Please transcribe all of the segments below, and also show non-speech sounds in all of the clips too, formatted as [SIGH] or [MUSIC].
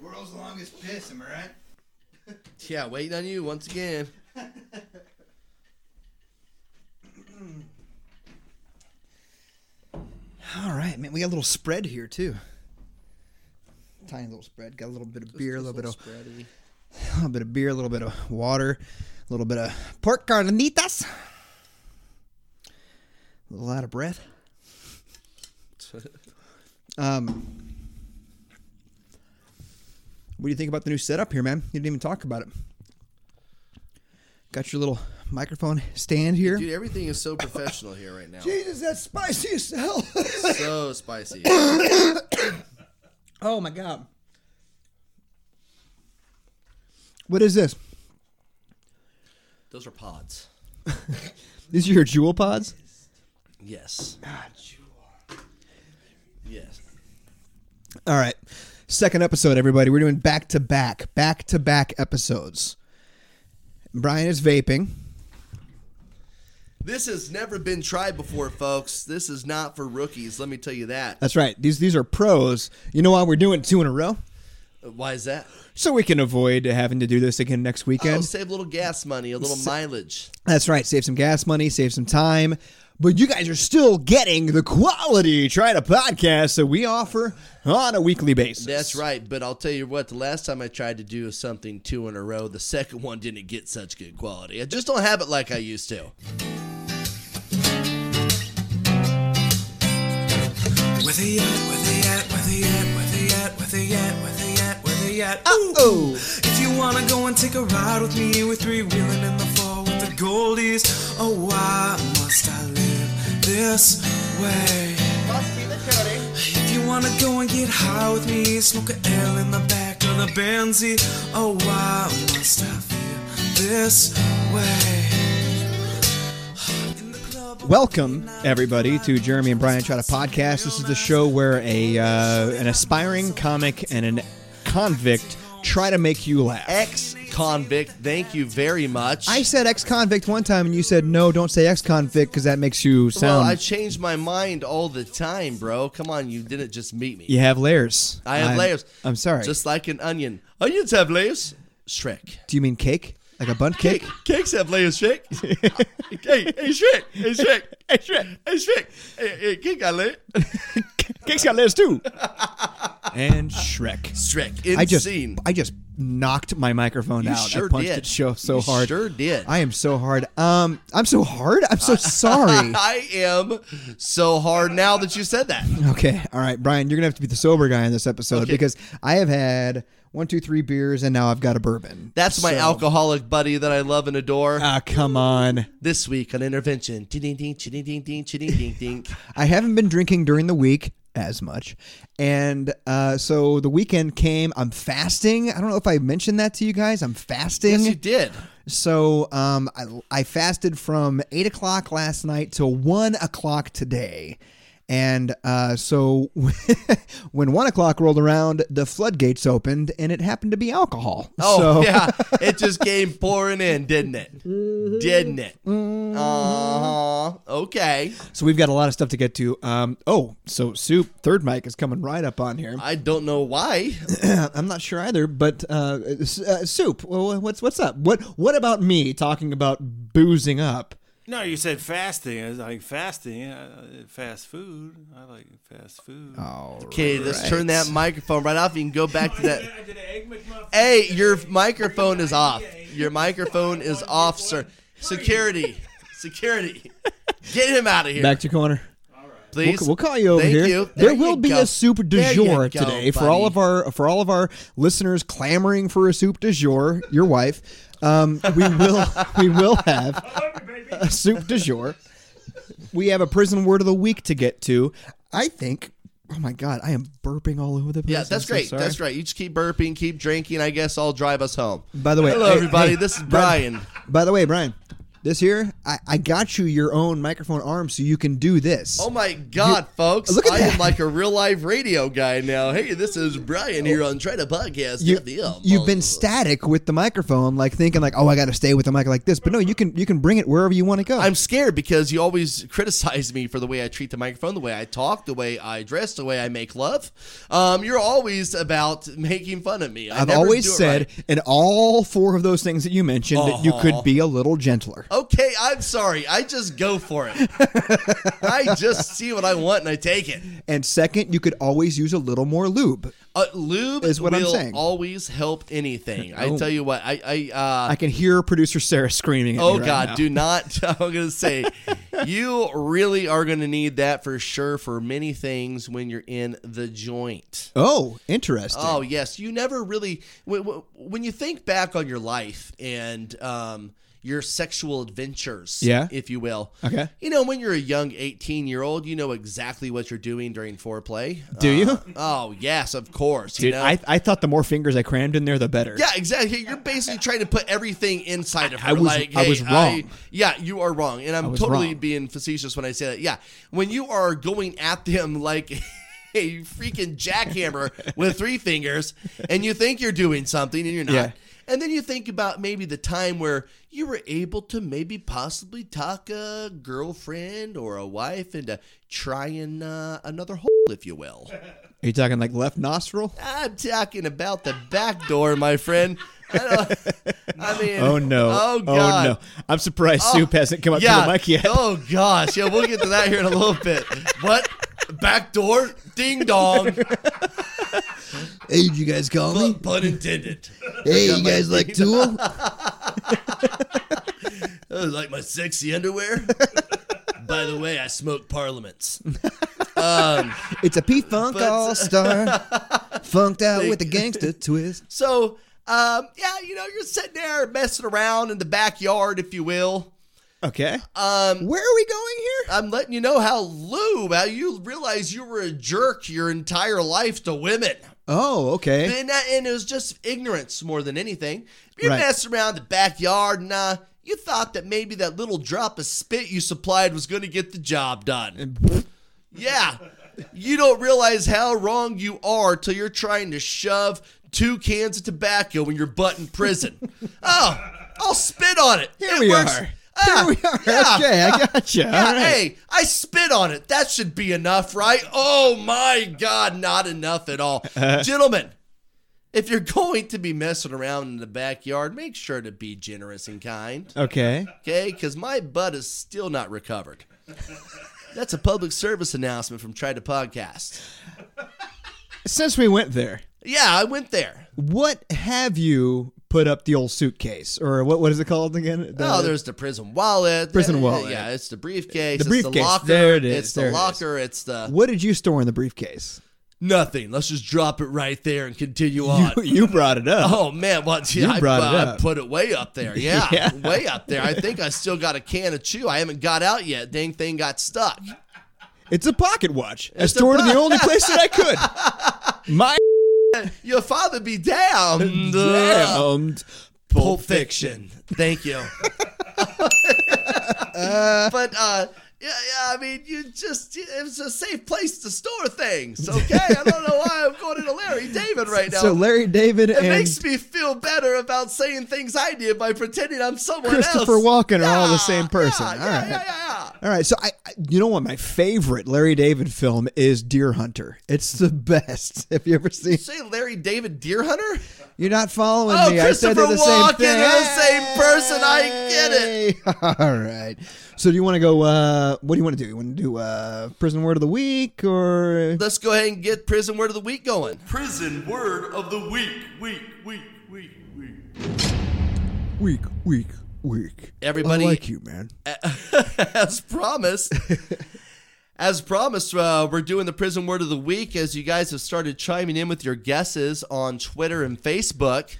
world's longest piss, am I right? Yeah, waiting on you once again. All right, man. We got a little spread here too. Tiny little spread. Got a little bit of beer, a little bit of spready. a little bit of beer, a little bit of water, a little bit of pork carnitas. A little out of breath. Um, what do you think about the new setup here, man? You didn't even talk about it. Got your little microphone stand here. [LAUGHS] Dude, everything is so professional here right now. Jesus, that's spicy as hell. [LAUGHS] So spicy. oh my god. What is this? Those are pods. These are your jewel pods? Yes. Yes. All right. Second episode, everybody. We're doing back to back, back to back episodes. Brian is vaping. This has never been tried before, folks. This is not for rookies. Let me tell you that. That's right. These these are pros. You know why we're doing two in a row? Why is that? So we can avoid having to do this again next Oh, weekend. save a little gas money, a little mileage. That's right. Save some gas money, save some time. But you guys are still getting the quality try to podcast that we offer on a weekly basis. That's right. But I'll tell you what, the last time I tried to do something two in a row, the second one didn't get such good quality. I just don't have it like I used to. Where they at? Where they at? Where they at? Where they at? Where they at? Where they at? Where they at? Oh. If you wanna go and take a ride with me, we're three wheeling in the fall with the goldies. Oh, why must I live this way? If you wanna go and get high with me, smoke a L in the back of the Benzie. Oh, why must I feel this way? In the club, I'm Welcome everybody to Jeremy and Brian Try to Podcast. This is the show where a uh, an aspiring comic and an convict try to make you laugh. Ex convict, thank you very much. I said ex-convict one time, and you said no, don't say ex-convict because that makes you well, sound. I change my mind all the time, bro. Come on, you didn't just meet me. you have layers. I have I'm- layers. I'm sorry. Just like an onion. Onions have layers. Shrek. Do you mean cake? Like a bun cake? Cakes have [LAUGHS] layers, Shrek. hey, hey, Shrek. Hey, Shrek. Hey, Shrek. Hey, Shrek. Hey, hey, cake got layers. Cake's got layers too. [LAUGHS] and Shrek. Shrek. I just Insane. I just knocked my microphone You out. sure I punched did. it so, so You hard. sure did. I am so hard. Um, I'm so hard. I'm [LAUGHS] so sorry. I am so hard now that you said that. Okay. All right, Brian, you're gonna have to be the sober guy in this episode Okay. because I have had one, two, three beers and now I've got a bourbon. That's my So- alcoholic buddy that I love and adore. Ah, come on. this week on Intervention. Ding ding ding ding ding ding ding ding [LAUGHS] ding. I haven't been drinking during the week as much. And uh, so the weekend came. I'm fasting. I don't know if I mentioned that to you guys. I'm fasting. Yes, you did. So um, I, I fasted from eight o'clock last night till one o'clock today. And uh, so [LAUGHS] when one o'clock rolled around, the floodgates opened and it happened to be alcohol. Oh so, yeah, it just came pouring in, didn't it? Mm-hmm. Didn't it? Uh huh. Okay. [LAUGHS] So we've got a lot of stuff to get to. Um, oh, so soup, third mic is coming right up on here. I don't know why. I'm not sure either, but uh, s- uh, soup, wh- wh- what's what's up? What what about me talking about boozing up? No, you said fasting. I was like fasting, uh, fast food. I like fast food. Ah. Okay, let's turn that microphone right off. You can go back to that. I did an egg McMuffin. Hey, your microphone [LAUGHS] is off. Your microphone is off, sir. Security, security, get him out of here, Back to your corner. please. We'll, we'll call you over Thank here. you. There, There you will be go. a soup du There you jour go, today for all buddy. of our for all of our listeners clamoring for a soup du jour. Your wife, um, we will [LAUGHS] we will have a soup du jour. We have a prison word of the week to get to. I think. Oh my god, I am burping all over the place. Yeah, that's I'm so great. sorry. that's right. You just keep burping, keep drinking. I guess I'll drive us home. By the way, hello hey, everybody. hey, this is by- Brian. By the way, Brian, This here, I, I got you your own microphone arm so you can do this. Oh my God, folks! Look at I am that. like a real life radio guy now. Hey, this is Brian here on Try to Podcast. you, FM. you've been static with the microphone, like thinking like, oh, I got to stay with the mic like this. But no, you can you can bring it wherever you want to go. I'm scared because you always [LAUGHS] criticize me for the way I treat the microphone, the way I talk, the way I dress, the way I make love. Um, you're always about making fun of me. I I've never always do it said right. Uh-huh. in all four of those things that you mentioned that you Aw. could be a little gentler. Okay, I'm sorry. I just go for [LAUGHS] it. I just see what I want and I take it. And second, you could always use a little more lube. Uh, lube Is what I'm will saying. always help anything. I Oh. tell you what, I, I uh, I can hear producer Sarah screaming. At me Oh right God, now. [LAUGHS] do not! [LAUGHS] I'm gonna say, you really are gonna need that for sure for many things when you're in the joint. Oh, interesting. Oh yes, you never really when, when- when you think back on your life and um, your sexual adventures, Yeah. if you will. Okay. You know, when you're a young 18 year old, you know exactly what you're doing during foreplay. Do you? Oh yes, of course. you Dude, know? I, I thought the more fingers I crammed in there, the better. Yeah, exactly. [LAUGHS] You're basically trying to put everything inside of her. I was- like, I hey, was wrong. yeah, you are wrong, and I'm was totally wrong. being facetious when I say that. Yeah, when you are going at them like [LAUGHS] a freaking jackhammer with three fingers, and you think you're doing something, and you're not. Yeah. And then you think about maybe the time where you were able to maybe possibly talk a girlfriend or a wife into trying uh, another hole, if you will. Are you talking like left [LAUGHS] nostril? I'm talking about the back door, my friend. I, don't, [LAUGHS] I mean, Oh no! oh god, Oh, no! I'm surprised Soup hasn't come up yeah, to the mic yet. oh gosh, yeah, we'll get to that here in a little bit. What back door? [LAUGHS] Ding dong, Hey, did you guys call pun pun intended. Hey, you guys like Tool? That was like my sexy underwear. By the way, I smoke parliaments. It's a P Funk But- All [LAUGHS] Star, funked out with a gangster twist. So, um, yeah, you know, you're sitting there messing around in the backyard, if you will. Okay. Um, where are we going here? I'm letting you know how lube, how you realize you were a jerk your entire life to women. Oh, okay. And, that, and it was just ignorance more than anything. You Right. messed around the backyard and uh, you thought that maybe that little drop of spit you supplied was going to get the job done. yeah. You don't realize how wrong you are till you're trying to shove two cans of tobacco in your butt in prison. [LAUGHS] oh, I'll spit on it. Here It we works. are. Ah, here we are. yeah. Okay, I gotcha. Yeah, All right. Uh, hey, I spit on it. That should be enough, right? Oh my God, not enough [LAUGHS] at all. Uh-huh. Gentlemen, if you're going to be messing around in the backyard, make sure to be generous and kind, Okay. okay? Because my butt is still not recovered. That's a public service announcement from Try to Podcast. Since we went there, Yeah, I went there. what have you put up the old suitcase, or what? What is it called again? The- Oh, there's the prison wallet. Prison wallet. Yeah, it's the briefcase. The It's the briefcase. locker. There it is. It's the There it is. locker. It's the What did you store in the briefcase? nothing. Let's just drop it right there and continue on. You, [LAUGHS] you brought it up. Oh man, well, yeah, You I, uh, brought it I up. put it way up [LAUGHS] there. Yeah, Yeah. way up there. I think I still got a can of chew. I haven't got out yet. Dang thing got stuck. [LAUGHS] It's a pocket watch. I It's a stored it in the po- only place that I could. [LAUGHS] My Your father be damned. Uh, damned. Oh, Pulp Fiction. [LAUGHS] Thank you. but uh, yeah, yeah, I mean, you just it was a safe place to store things. Okay, I don't know why I'm going into Larry David right [LAUGHS] now. So Larry David it and makes me feel better about saying things I did by pretending I'm someone else. Christopher Walken are all the same person. Yeah, all yeah, right. yeah, yeah, yeah. All right, so I, I, you know what, my favorite Larry David film is Deer Hunter. It's the best. [LAUGHS] Have you ever seen? say Larry David Deer Hunter? You're not following Oh, me. I said they're the Christopher same Walken, thing. they're the same person. I get it. it. [LAUGHS] All right. So do you want to go? Uh, what do you want to do? You want to do uh, prison word of the week or? Let's go ahead and get prison word of the week going. Prison word of the week, week, week, week, week. Week, week, week. Everybody- I like you, man. [LAUGHS] as promised. As promised, uh, we're doing the prison word of the week as you guys have started chiming in with your guesses on Twitter and Facebook.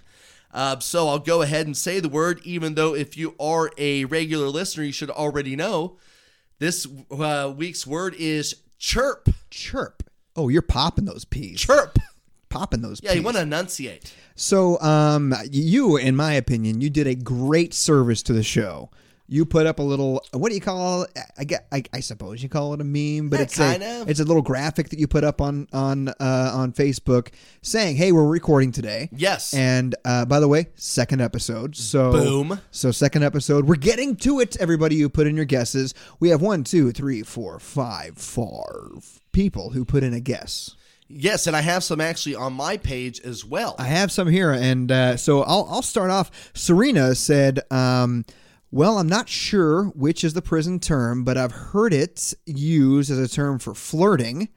Uh, so I'll go ahead and say the word, even though if you are a regular listener, you should already know. This uh, week's word is chirp. Chirp. Oh, you're popping those peas. Chirp. Popping those. Yeah, peas. you want to enunciate. So, um, you, in my opinion, you did a great service to the show you put up a little what do you call it? I, get- I, I suppose you call it a meme, but Yeah, it's a, kind of. it's a little graphic that you put up on on uh, on Facebook saying, "Hey, we're recording today." Yes. And uh, by the way, second episode. So Boom. So second episode. We're getting to it. Everybody who put in your guesses. We have one, two, three, four, five, five people who put in a guess. Yes, and I have some actually on my page as well. I have some here, and uh, so I'll I'll start off. Serena said, um, "Well, I'm not sure which is the prison term, but I've heard it used as a term for flirting,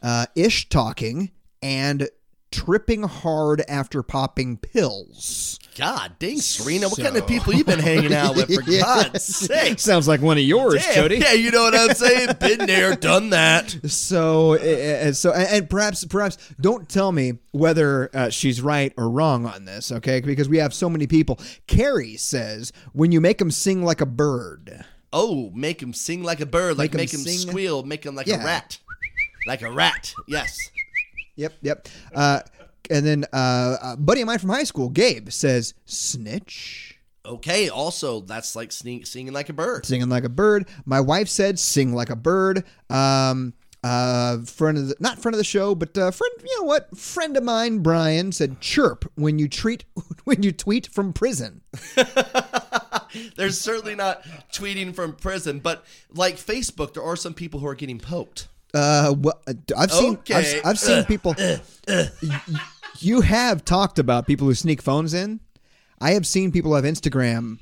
uh, ish talking, and tripping hard after popping pills." God dang, Serena, what kind of people you been hanging out with? [LAUGHS] For God's sake. Sounds like one of yours, Damn, yeah, you know what I'm saying? Been there, done that. [LAUGHS] So, uh, uh, so, and- and perhaps, perhaps, don't tell me whether uh, she's right or wrong on this, okay? Because we have so many people. Carrie says, "When you make them sing like a bird." Oh, make him sing like a bird, like Make make, 'em him sing- squeal, make him like Yeah. a rat. Like a rat, yes. Yep, yep. Uh, and then uh, a buddy of mine from high school, Gabe, says snitch, Okay, also, that's like sing- singing like a bird. singing like a bird. My wife said sing like a bird. Um, uh, friend of the, not friend of the show, but uh, friend. You know what? Friend of mine, Brian, said chirp when you treat [LAUGHS] when you tweet from prison. They're certainly not tweeting from prison, but like Facebook, there are some people who are getting poked. Uh, well, I've seen Okay. Uh, I've, I've seen Ugh, people. Y- you have talked about people who sneak phones in. I have seen people who have Instagram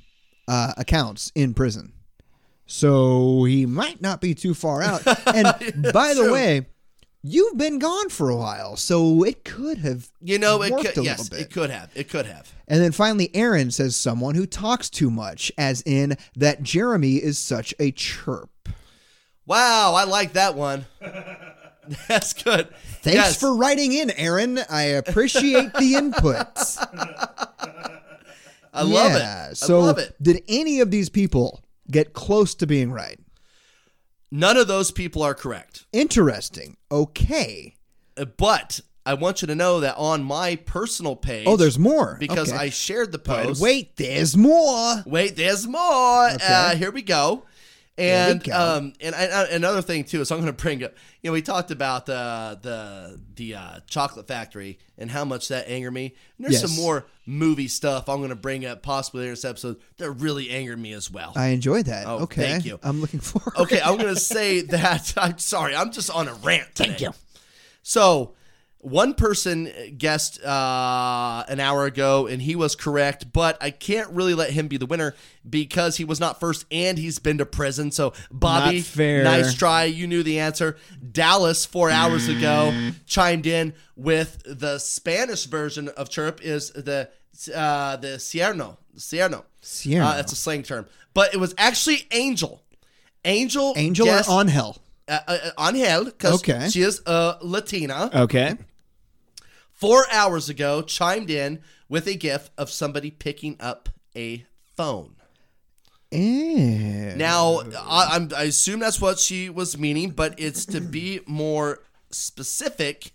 uh, accounts in prison, so he might not be too far [LAUGHS] out. And by the true. way, you've been gone for a while, so it could have You know, it worked a could, little yes, bit. it could have. It could have. And then finally, Aaron says someone who talks too much, as in that Jeremy is such a chirp. Wow, I like that one. [LAUGHS] That's good. Thanks Yes. for writing in, Aaron. I appreciate the input. [LAUGHS] I love it. I So, love it. did any of these people get close to being right? None of those people are correct. Interesting. Okay. Uh, But I want you to know that on my personal page, Oh, there's more. because Okay. I shared the But post. wait, there's more. wait, there's more. Uh, Okay. here we go. And go. um and I, I- another thing too is I'm going to bring up. You know, we talked about the the the uh, chocolate factory and how much that angered me. And Yes. there's some more movie stuff I'm going to bring up possibly in this episode that really angered me as well. I enjoyed that. Oh, okay. thank you. I'm looking forward. Okay, I'm gonna say that. [LAUGHS] I'm sorry, I'm just on a rant. Today. Thank you. So, one person guessed uh, an hour ago, and he was correct, but I can't really let him be the winner because he was not first, and he's been to prison. So, Bobby, Not fair. nice try. You knew the answer. Dallas, four hours ago, chimed in with the Spanish version of chirp is the uh, the cierno, cierno. Cierno. Uh, that's a slang term, but it was actually angel. Angel, [LAUGHS] Angel guessed, or on hell? uh, uh, Angel, because Okay. she is a Latina. Okay. Four hours ago, chimed in with a gif of somebody picking up a phone. And Now, I, I'm, I assume that's what she was meaning, but it's to be more specific.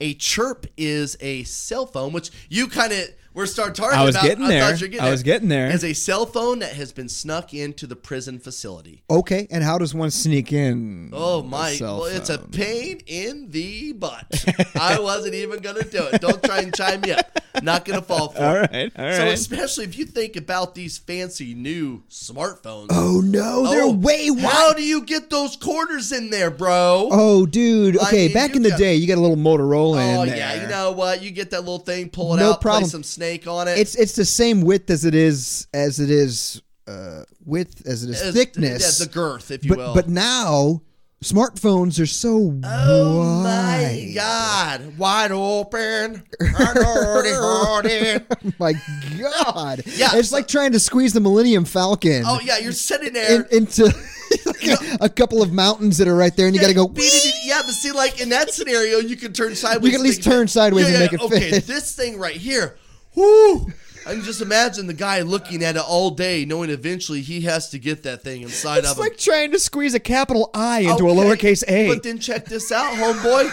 A chirp is a cell phone, which you kind of were start talking I was about. getting thought there. you were I was getting there. Is a cell phone that has been snuck into the prison facility. okay. And how does one sneak in? Oh a my! cell Well, it's a phone? pain in the butt. I wasn't even gonna do it. Don't try and chime me up. Not gonna fall uh, for All it. right, all so right. especially if you think about these fancy new smartphones. Oh no, they're Oh, way How wide. do you get those quarters in there, bro? Oh, dude. I Okay, mean, back you in the got- day, you got a little Motorola Oh, in there. yeah, you know what? You get that little thing, pull it No out, play problem. some snake on it. it's it's the same width as it is as it is uh, width as it is It's- thickness. yeah, the girth, if you but will. but now smartphones are so Oh wide. [LAUGHS] my God! [LAUGHS] Wide open, I'm already hurting. My God. Yeah, it's so- like trying to squeeze the Millennium Falcon Oh yeah, you're sitting there. in- into [LAUGHS] like a, a couple of mountains that are right there, and you got to go. Beat it in- yeah, but see, like in that scenario, you can turn sideways. You can at and least make it turn fit. sideways and make it okay, fit. this thing right here, whoo! I can just imagine the guy looking at it all day, knowing eventually he has to get that thing inside It's of like him. trying to squeeze a capital I into a Okay, lowercase a. But then check this out, homeboy.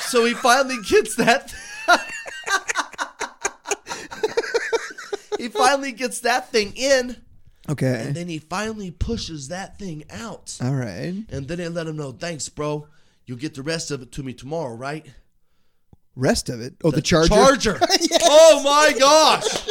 so he finally gets that. [LAUGHS] he finally gets that thing in. Okay. And then he finally pushes that thing out. All right. And then they let him know, thanks, bro. You'll get the rest of it to me tomorrow, right? Rest of it. Oh, the, charger. [LAUGHS] Charger. Oh my gosh.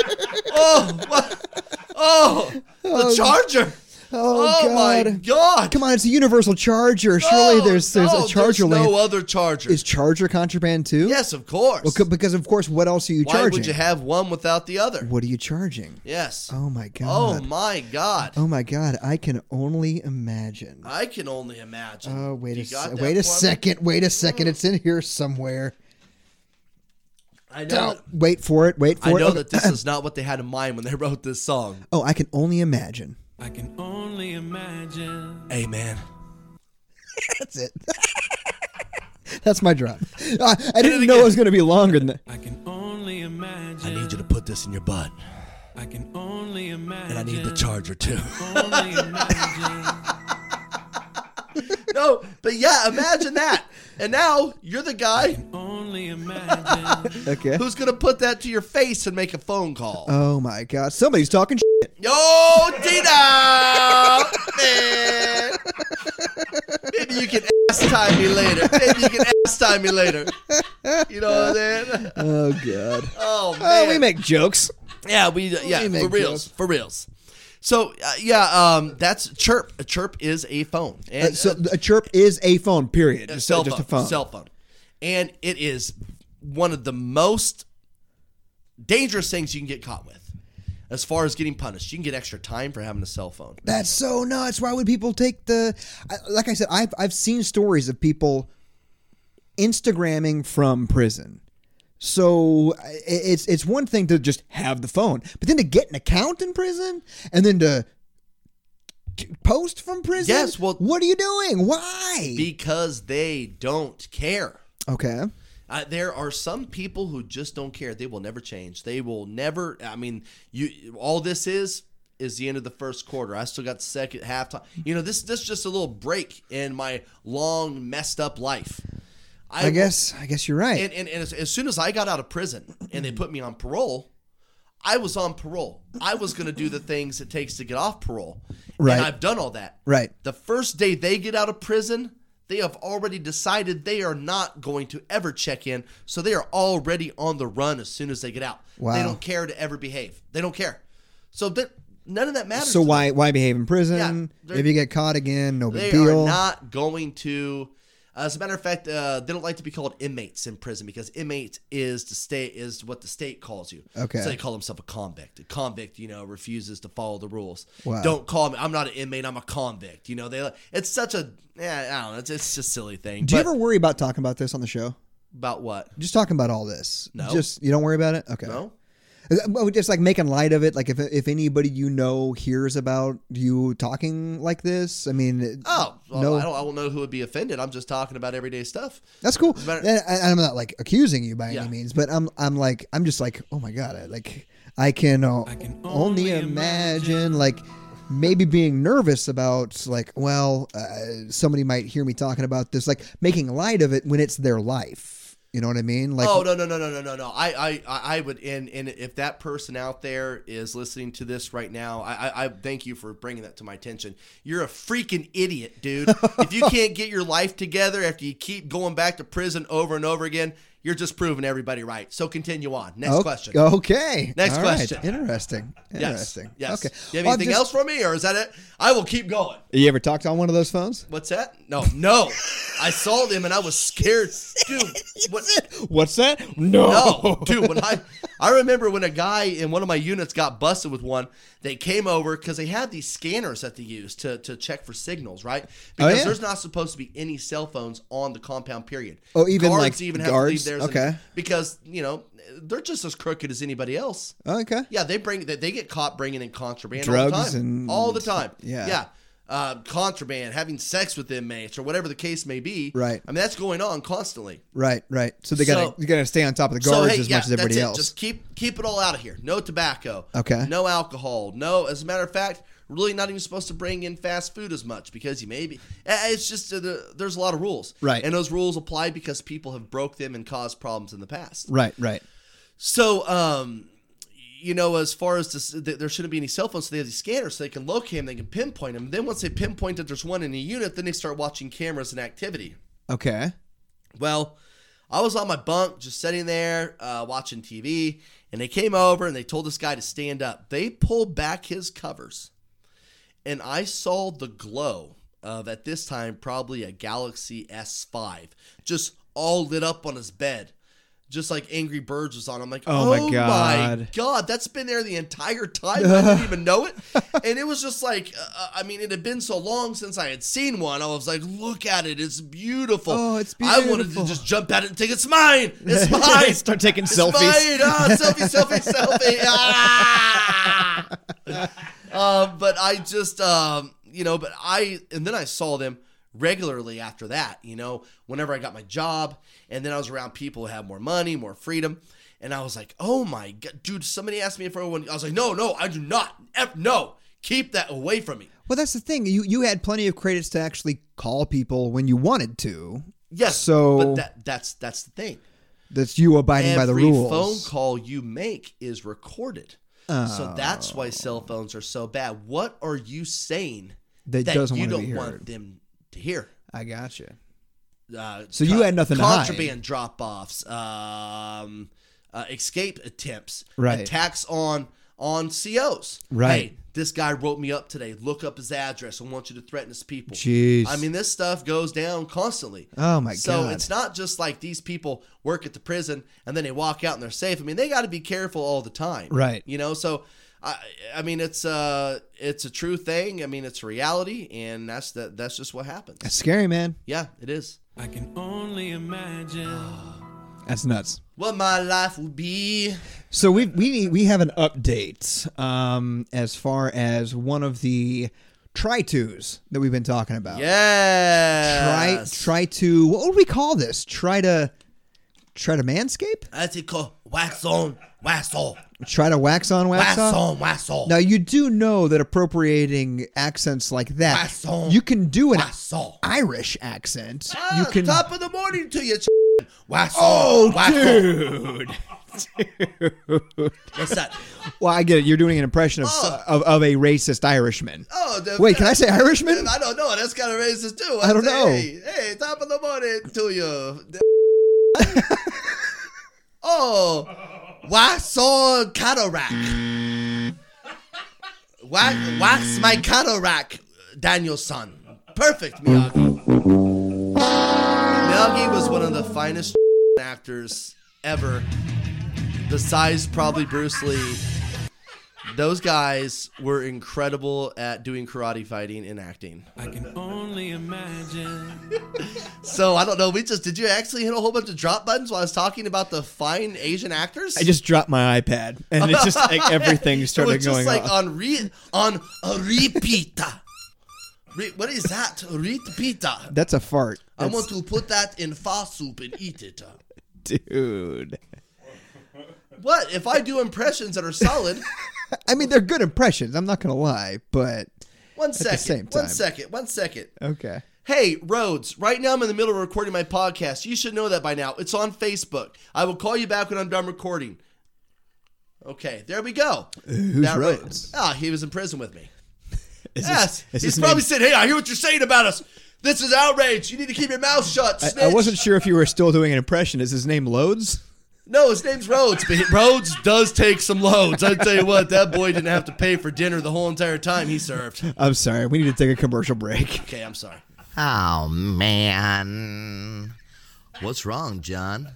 Oh, what? oh, the charger. Oh, Oh, my God. god. Come on, it's a universal charger. Surely Oh, there's there's no, a charger there's lane. No other charger. Is charger contraband too? yes, of course. Well, c- because of course, what else are you Why charging? would you have one without the other? what are you charging? Yes. Oh my God. Oh my god. Oh my God! I can only imagine. I can only imagine. Oh wait You a got se- that Mm. wait a for me? second! Wait a second! It's in here somewhere. I know. Don't that- wait for it! Wait for I it! know Okay. that this is not what they had in mind when they [LAUGHS] wrote this song. oh, I can only imagine. [LAUGHS] I can only imagine. Hey man, That's it. [LAUGHS] That's my drop. I, I didn't know again. it was going to be longer than that. I can only I imagine. need you to put this in your butt, I can only imagine. and I need the charger [LAUGHS] too. only imagine. no, but yeah, imagine that. And now you're the guy Only imagine. Okay. who's gonna put that to your face and make a phone call. Oh my God! Somebody's talking. Yo, Dina, man. Maybe you can ass time me later. Maybe you can ass time me later. You know what I'm saying? Oh [LAUGHS] God! Oh man. Oh, we make jokes. Yeah, we yeah We make for reals jokes. for reals. So uh, yeah, um, that's chirp. A chirp is a phone, and Uh, so uh, a chirp is a phone. Period. Just, cell just phone, a phone. cell phone, and it is one of the most dangerous things you can get caught with, as far as getting punished. You can get extra time for having a cell phone. That's so nuts. Why would people take the? I, like I said, I've I've seen stories of people Instagramming from prison. So I- it's it's one thing to just have the phone, but then to get an account in prison and then to t- post from prison. Yes, well- what are you doing? Why? because they don't care. okay. Uh, there are some people who just don't care. They will never change. They will never. I mean, you. All this is is the end of the first quarter. I still got second halftime. You know, this this is just a little break in my long messed up life. I guess I guess you're right. And and, and as, as soon as I got out of prison and they put me on parole, I was on parole. I was going to do the things it takes to get off parole. Right. And I've done all that. right. The first day they get out of prison, they have already decided they are not going to ever check in. So they are already on the run as soon as they get out. They Wow. don't care to ever behave. They don't care. So that none of that matters. So to them. why why behave in prison? Yeah, they're- if you get caught again, no big They deal. are not going to. As a matter of fact, uh, they don't like to be called inmates in prison because inmate is the state is what the state calls you. Okay. so they call himself a convict. A convict, you know, refuses to follow the rules. Wow. Don't call me. I'm not an inmate. I'm a convict. You know, they. It's such a. Yeah, I don't know. It's, it's just a silly thing. Do you But ever worry about talking about this on the show? about what? Just talking about all this. No. Just you don't worry about it. Okay. No. Well, Just like making light of it. Like if if anybody you know hears about you talking like this, I mean, it- Oh, well, No. I don't. I don't know who would be offended. I'm just talking about everyday stuff. that's cool. But- And I, I'm not like accusing you by Yeah. any means, but I'm I'm like I'm just like oh my god, I, like I can, uh, can only only imagine, imagine. like. Maybe being nervous about like, well, uh, somebody might hear me talking about this, like making light of it when it's their life. You know what I mean? Like, oh no no no no no no no! I I I I would and and if that person out there is listening to this right now, I I, I thank you for bringing that to my attention. You're a freaking [LAUGHS] idiot, dude. if you can't get your life together after you keep going back to prison over and over again, you're just proving everybody right. So continue on. Next O- question. Okay. Next All right. question. Interesting. Yes. Interesting. Yes. Okay. You have Well, anything just- else for me, or is that it? I will keep going. You ever talked on one of those phones? [LAUGHS] What's that? No, no. I saw them and I [LAUGHS] was scared, dude. What? What's that? No. [LAUGHS] No, dude. When I I remember when a guy in one of my units got busted with one, they came over because they had these scanners that they use to to check for signals, right? Because Oh, yeah. there's not supposed to be any cell phones on the compound period. Oh, even, guards like, even guards? have to leave theirs. in- Okay. because you know they're just as crooked as anybody else. Okay. Yeah, they bring they, they get caught bringing in contraband all the Drugs time. and- all the time. yeah. yeah. Uh, contraband, having sex with inmates, or whatever the case may be. Right. I mean, that's going on constantly. Right. Right. So they gotta So- you gotta stay on top of the guards as much as that's everybody it. else. Just keep keep it all out of here. No tobacco. Okay. No alcohol. No, as a matter of fact, really not even supposed to bring in fast food as much because you maybe it's just uh, the, there's a lot of rules. Right. And those rules apply because people have broke them and caused problems in the past. Right. Right. So um you know, as far as this, th- there shouldn't be any cell phones, so they have these scanners so they can locate them, they can pinpoint them. Then once they pinpoint that there's one in a unit, then they start watching cameras and activity. Okay. Well, I was on my bunk, just sitting there uh, watching TV, and they came over and they told this guy to stand up. They pulled back his covers, and I saw the glow of, at this time, probably a Galaxy S5 just all lit up on his bed. Just like Angry Birds was on, I'm like, oh, Oh my my god, God. that's been there the entire time. I didn't even know [LAUGHS] it, and it was just like, uh, I mean, it had been so long since I had seen one. I was like, look at it, it's beautiful. Oh, it's I wanted to beautiful. just jump at it and think it's mine. [LAUGHS] It's mine. Start taking it's selfies. Mine. [LAUGHS] Ah, selfie, selfie, selfie. Ah! um, but I just, um, you know, but I, and then I saw them regularly after that, you know, whenever I got my job. And then I was around people who had more money, more freedom. And I was like, oh my God, dude, somebody asked me if I wanted, I was like, no, no, I do not. Ev- No, keep that away from me. Well, that's the thing. You you had plenty of credits to actually call people when you wanted to. Yes. So- but that, that's, that's the thing. That's you abiding by the every rules. phone call you make is recorded. So that's Oh. why cell phones are so bad. What are you saying That doesn't you wanna be don't want heard. them to hear? I gotcha. Uh, So you had nothing to hide. Contraband drop-offs, um, uh, escape attempts, Right. attacks on on COs. Right. Hey, this guy wrote me up today. Look up his address. I want you to threaten his people. Jeez. I mean, this stuff goes down constantly. Oh, my So God. it's not just like these people work at the prison and then they walk out and they're safe. I mean, they got to be careful all the time, Right. You know, so I, I mean, it's uh, it's a true thing. I mean, it's reality, and that's that. That's just what happens. That's scary, man. Yeah, it is. I can only imagine. That's nuts. What my life would be. So we we need- we have an update um, as far as one of the try twos that we've been talking about. Try Yeah. try to what would we call this? Try to try to manscape? That's it called wax on, wax off, Try to wax on, wax, wax off? on, wax off. Now you do know that appropriating accents like that, Wax on, you can do an wax off. Irish accent. Ah, you can top of the morning to you. ch- Wax oh, wax dude. What's that? Well, I get it. You're doing an impression of Oh. of, of a racist Irishman. Oh, the, Wait, can I say Irishman? [LAUGHS] I don't know. That's kind of racist too. [LAUGHS] I don't say, know. Hey, hey, top of the morning to you. [LAUGHS] oh, wax on cataract. wax, wax my cataract, Danielson. Perfect, Miyagi. Miyagi was one of the finest [LAUGHS] actors ever. Besides probably Bruce Lee. Those guys were incredible at doing karate fighting and acting. I can only imagine. So I don't know. We just did you actually hit a whole bunch of drop buttons while I was talking about the fine Asian actors? I just dropped my iPad, and it's just like everything started [LAUGHS] it was going just like off. on re on a repeat. Re- what is that? Repeat. I That's a fart. That's, want to put that in pho soup and eat it. dude. What if I do impressions that are solid? I mean, they're good impressions. I'm not gonna lie, but One second. same One time. second. One second. okay. Hey, Rhodes, right now I'm in the middle of recording my podcast. You should know that by now. It's on Facebook. I will call you back when I'm done recording. Okay, there we go. Who's That Rhodes? Rhodes? Ah, he was in prison with me. Is this- Yes. is He's this probably named- said, Hey, I hear what you're saying about us. This is outrage. You need to keep your mouth shut. Snitch. I wasn't sure if you were still doing an impression. Is his name Loads? No, his name's Rhodes, but he- Rhodes does take some loads. I tell you what, that boy didn't have to pay for dinner the whole entire time he served. I'm sorry. We need to take a commercial break. [LAUGHS] Okay, I'm sorry. Oh, man. What's wrong, John?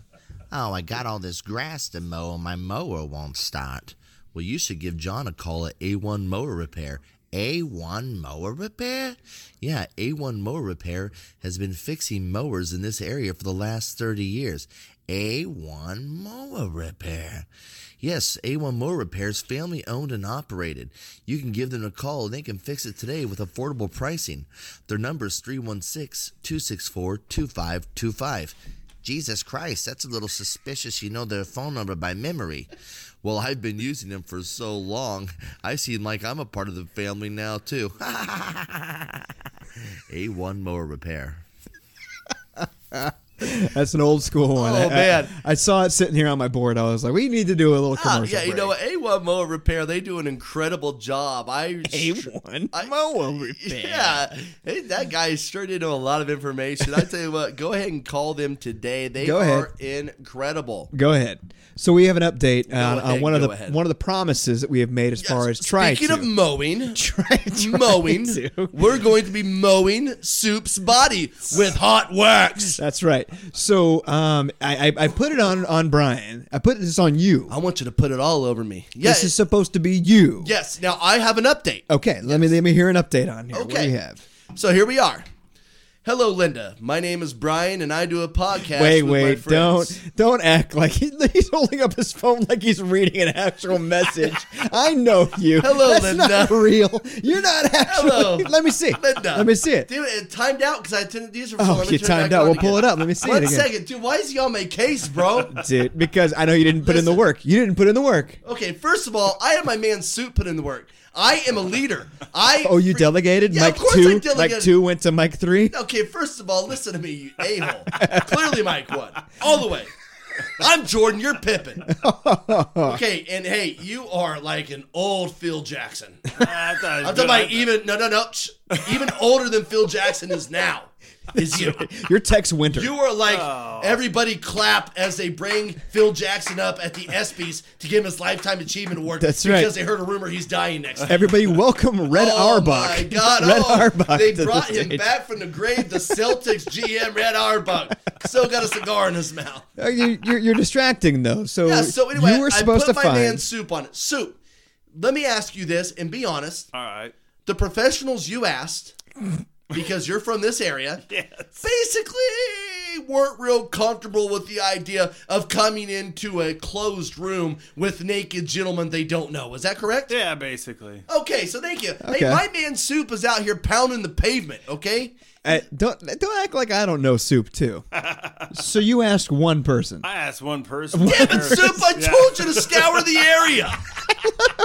Oh, I got all this grass to mow and my mower won't start. Well, you should give John a call at A1 Mower Repair. A1 Mower Repair? Yeah, A1 Mower Repair has been fixing mowers in this area for the last 30 years. A1 Mower Repair. Yes, A1 Mower Repair is family owned and operated. You can give them a call and they can fix it today with affordable pricing. Their number is 316 264 2525. Jesus Christ, that's a little suspicious you know their phone number by memory. Well, I've been using them for so long, I seem like I'm a part of the family now, too. [LAUGHS] A1 Mower Repair. That's an old school one. Oh, I- I- man. I, saw it sitting here on my board. I was like, we need to do a little Ah, commercial. yeah, you know what? A1 Mower Repair, they do an incredible job. I A1 I- Mower Repair. [LAUGHS] Yeah. Hey, that guy straight into a lot of information. I tell you what, go ahead and call them today. They Go ahead. are incredible. [LAUGHS] Go ahead. So we have an update on, ahead, on one of go the ahead. one of the promises that we have made as far as try Speaking to. of [LAUGHS] mowing, try, try mowing, to. we're going to be mowing Soup's body with hot wax. That's right. So um, I, I I put it on on Brian. I put this on you. I want you to put it all over me. Yes. This is supposed to be you. yes. Now I have an update. Okay. Let me let me hear an update on here. What do Okay. you have? So here we are. Hello, Linda. My name is Brian, and I do a podcast. wait, with my wait! friends. Don't don't act like he, [LAUGHS] he's holding up his phone like he's reading an actual [LAUGHS] message. I know you. Hello, That's Linda. Not real. You're not actually. [LAUGHS] Hello. Let me see. Linda. Let me see [LAUGHS] it. Dude, it timed out because I turned these are. Oh, let me you turn timed back out. on We'll pull again. it up. Let me see One it again. second, dude. Why is he on my [LAUGHS] case, bro? Dude, because I know you didn't put in the work. You didn't put in the work. okay, first of all, I had my man suit put in the work. I am a leader. I. Oh, you fre- delegated? Yeah, Mike of course two. I delegated. Mike two went to Mike three. Okay, first of all, listen to me, you a hole. Clearly, Mike won all the way. I'm Jordan. You're Pippin. [LAUGHS] Okay, and hey, you are like an old [LAUGHS] Phil Jackson. I thought it was I'm good. talking about even no no no shh, even older than Phil Jackson is now. Is you. Your Tex Winter. You are like everybody clap as they bring Phil Jackson up at the ESPYS to give him his lifetime achievement award. That's because right. they heard a rumor he's dying next. year. Everybody, welcome Red Oh Auerbach. my God! [LAUGHS] Red oh, Auerbach. They to the brought him stage. back from the grave. The Celtics GM Red Auerbach still got a cigar in his mouth. Uh, you- You're, you're distracting though. So, Yeah. So anyway, you were supposed I put to my find. man Soup on it. Soup. Let me ask you this and be honest. All right. the professionals you asked because you're from [LAUGHS] this area basically weren't real comfortable with the idea of coming into a closed room with naked gentlemen they don't know is that correct Yeah, basically. okay so thank you Okay. hey my man soup is out here pounding the pavement [LAUGHS] okay Uh, don't don't act like I don't know soup [LAUGHS] too. so you asked one person. [LAUGHS] I asked one person. yeah [LAUGHS] but soup i told you to scour [LAUGHS] the area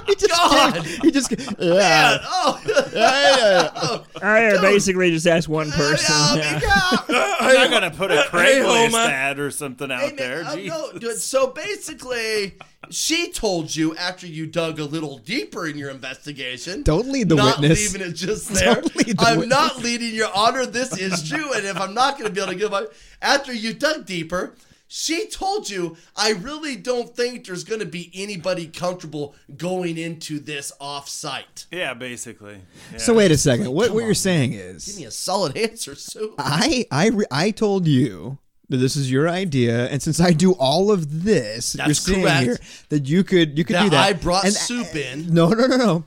He just God. he just [LAUGHS] Man, yeah. oh [LAUGHS] I uh, basically just asked one uh, person. yeah, yeah. I'm not gonna put a Craigslist Homer. ad or something out Hey, man, there. uh, Gee. no, dude, so basically, she told you after you dug a little deeper in your investigation. Don't lead the not witness. leaving it just there. lead the I'm witness. not leading your honor. This is true, and if I'm not going to be able to give up after you dug deeper. She told you, I really don't think there's going to be anybody comfortable going into this off site. Yeah, basically. [LAUGHS] Yeah. So wait a second. What what you're saying is Give me a solid answer, Sue. I I re- I told you that this is your idea, and since I do all of this, that you're That's seeing correct. here that you could you could That do that. I brought And- uh, soup in. No, no, no, no.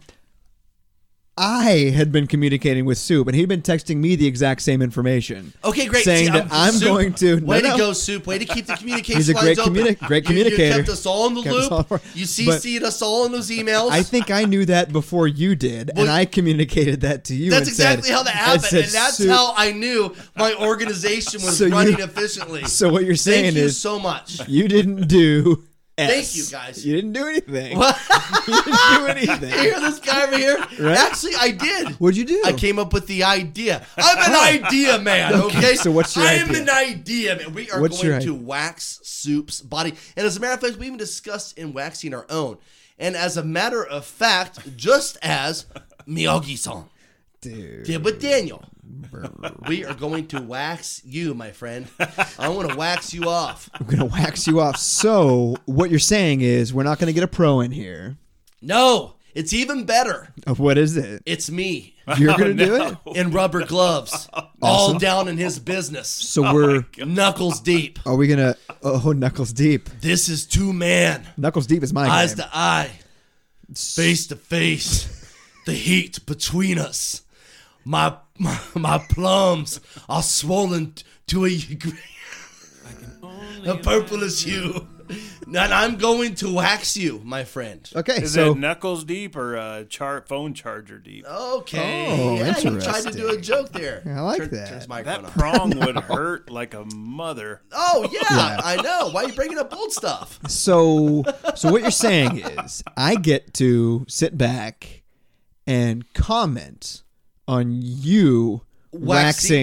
I had been communicating with Soup, and he'd been texting me the exact same information. Okay, great. Saying See, that I'm, Soup, going to. no, way no. to go, Soup. Way to keep the communication He's a lines great open. communi- great You- You kept communicated. us all in the Kept us all loop. for- You but- CC'd us all in those emails. I think I knew that before you did, Well, and I communicated that to you. that's and said- exactly how that I happened, said, and that's "Soup." how I knew my organization was So you- running efficiently. So what you're saying Thank you is so much. you didn't do. [LAUGHS] Thank S. you, guys. You didn't do anything. What? [LAUGHS] you didn't do [LAUGHS] You anything. hear this guy over here? Right? Actually, I did. What'd you do? I came up with the idea. I'm an idea man. Okay. so what's your I am idea? an idea man. We are What's your going to idea? wax Soup's body, and as a matter of fact, we even discussed in waxing our own. And as a matter of fact, just as Miyagi-san Dude. did with Daniel, we are going to wax you, my friend. I want to wax you off. I'm gonna wax you off. So what you're saying is we're not gonna get a pro in here. No, it's even better. What is it? It's me You're gonna do it. in rubber gloves, all down in his business, So we're knuckles deep. are we gonna? Oh, knuckles deep. This is two man, Knuckles deep is my eyes name. to eye, face to face, [LAUGHS] the heat between us. My my, my plums are swollen to a green, a purplish hue. And I'm going to wax you, my friend. okay, Is so it knuckles deep or a char- phone charger deep? Okay. Oh, yeah, you tried to do a interesting. joke there. I like Turn- that. turn his microphone That off. prong would hurt like a mother. oh, [LAUGHS] yeah, I know. Why are you bringing up old stuff? So, so what you're saying is, I get to sit back and comment on you waxing,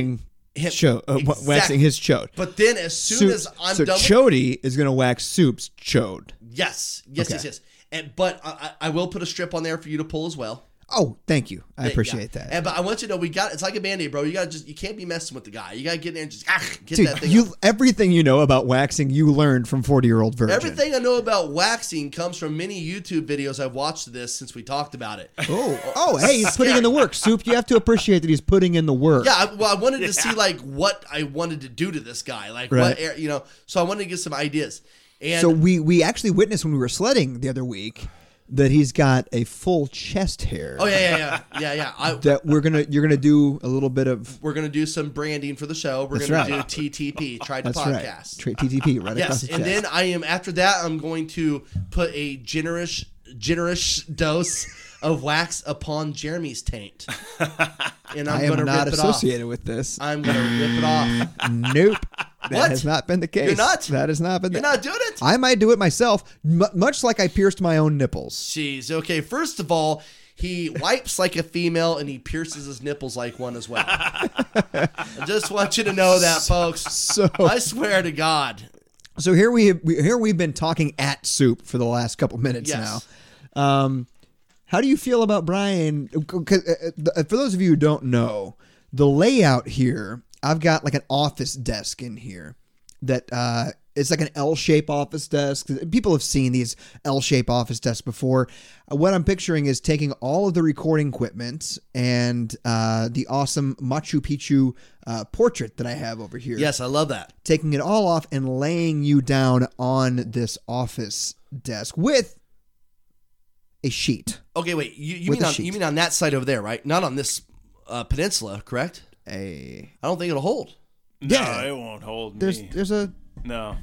Waxing him Cho- uh, wa- waxing Exact- his chode. But then as soon as Soup- I'm so done, with- Chody is going to wax Soup's chode. yes, yes, Okay. yes, yes. And but I, I I will put a strip on there for you to pull as well. Oh, thank you. I Yeah. appreciate that. And, but I want you to know we got it's like a band aid, bro. You gotta just you can't be messing with the guy. You gotta get in there and just ah, get Dude, that thing. you off. everything you know about waxing you learned from 40-year-old virgin. Everything I know about waxing comes from many YouTube videos I've watched of this since we talked about it. Oh, oh, hey, he's putting in the work. Soup, you have to appreciate that he's putting in the work. Yeah, I, well, I wanted to see like what I wanted to do to this guy, like Right. what air- you know. So I wanted to get some ideas. And So we we actually witnessed when we were sledding the other week that he's got a full chest hair. oh yeah, yeah, yeah, yeah, yeah. I, That we're gonna you're gonna do a little bit of we're gonna do some branding for the show. We're That's gonna right. do TTP, try to that's podcast. right. Tra- TTP right across Yes, the and chest. then I am after that. I'm going to put a generous, generous dose of wax upon [LAUGHS] Jeremy's taint, and I'm I going to am not rip it off. associated with [LAUGHS] this. I'm going to rip it off. nope. That What? has not been the case. not? That has not been You're the not doing it. I might do it myself, m- much like I pierced my own nipples. Jeez. Okay. First of all, he wipes like a female and he pierces his nipples like [LAUGHS] one as well. I just want you to know that, folks. So I swear to God. So here we, we here we've been talking at soup for the last couple minutes Yes. now. Um, how do you feel about Brian? 'Cause, uh, uh, For those of you who don't know, the layout here, I've got like an office desk in here that uh, it's like an L-shaped office desk. People have seen these L-shaped office desks before. What I'm picturing is taking all of the recording equipment and uh, the awesome Machu Picchu uh, portrait that I have over here Yes, I love that. taking it all off and laying you down on this office desk with a sheet, Okay, wait. You, you With mean a on, sheet. you mean on that side over there, right? Not on this uh, peninsula, correct? a I don't think it'll hold. No, Yeah. it won't hold there's me. there's a No.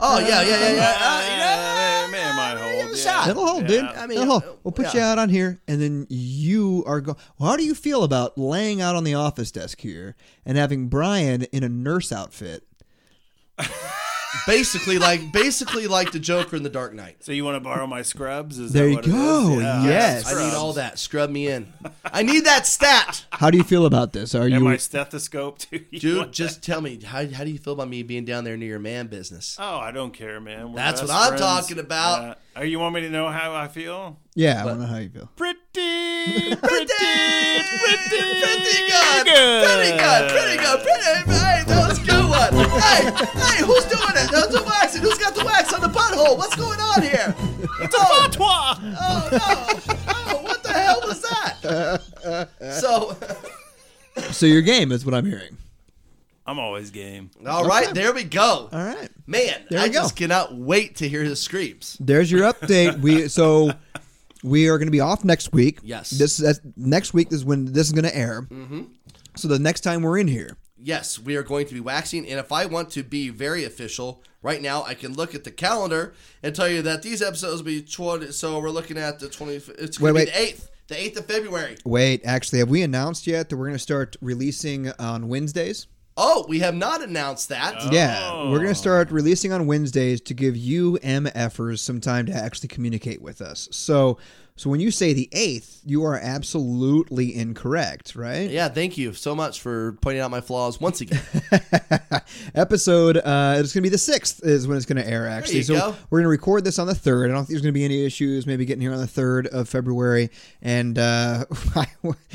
Oh yeah, yeah, yeah, [LAUGHS] yeah. Uh, man, it might hold. a yeah. shot. it'll hold, dude. I I mean, mean, it'll hold. uh, We'll put yeah. you out on here, and then you are going. Well, how do you feel about laying out on the office desk here and having Brian in a nurse outfit? basically, like basically like the Joker in the Dark Knight. So you want to borrow my scrubs? Is There that you what it is? go. Yeah. Yes. I need Scrubs. all that. Scrub me in. I need that stat, How do you feel about this? Are And you my stethoscope too. [LAUGHS] You dude. want Just tell me how, how do you feel about me being down there near your man business? Oh, I don't care, man. We're That's best what I'm friends. talking about. Uh, oh, you want me to know how I feel? yeah? I want to know how you feel. Pretty, pretty, pretty, pretty good, pretty good, pretty good, pretty. Hey, that was a good one. Hey, hey, who's doing it? Who's the waxing? Who's got the wax on the butthole? What's going on here? Oh, oh no! Oh, what the hell was that? [LAUGHS] So. So your game is what I'm hearing. I'm always game. All right, there we go. All right. Man, There I we go. just cannot wait to hear his screams. there's your update. We so we are going to be off next week. Yes. This that's, next week is when this is going to air. Mm-hmm. So the next time we're in here, Yes, we are going to be waxing, and if I want to be very official right now, I can look at the calendar and tell you that these episodes will be twenty. So we're looking at the twenty. It's going Wait, to be wait. the eighth, the eighth of February. wait. Actually, have we announced yet that we're going to start releasing on Wednesdays? Oh, we have not announced that. Yeah, we're going Oh. to start releasing on Wednesdays to give you MFers some time to actually communicate with us. So, so when you say the eighth, you are absolutely incorrect, right? Yeah, thank you so much for pointing out my flaws once again. [LAUGHS] episode uh it's gonna be the sixth is when it's gonna air actually you so go. we're gonna record this on the third i don't think there's gonna be any issues maybe getting here on the third of february and uh [LAUGHS]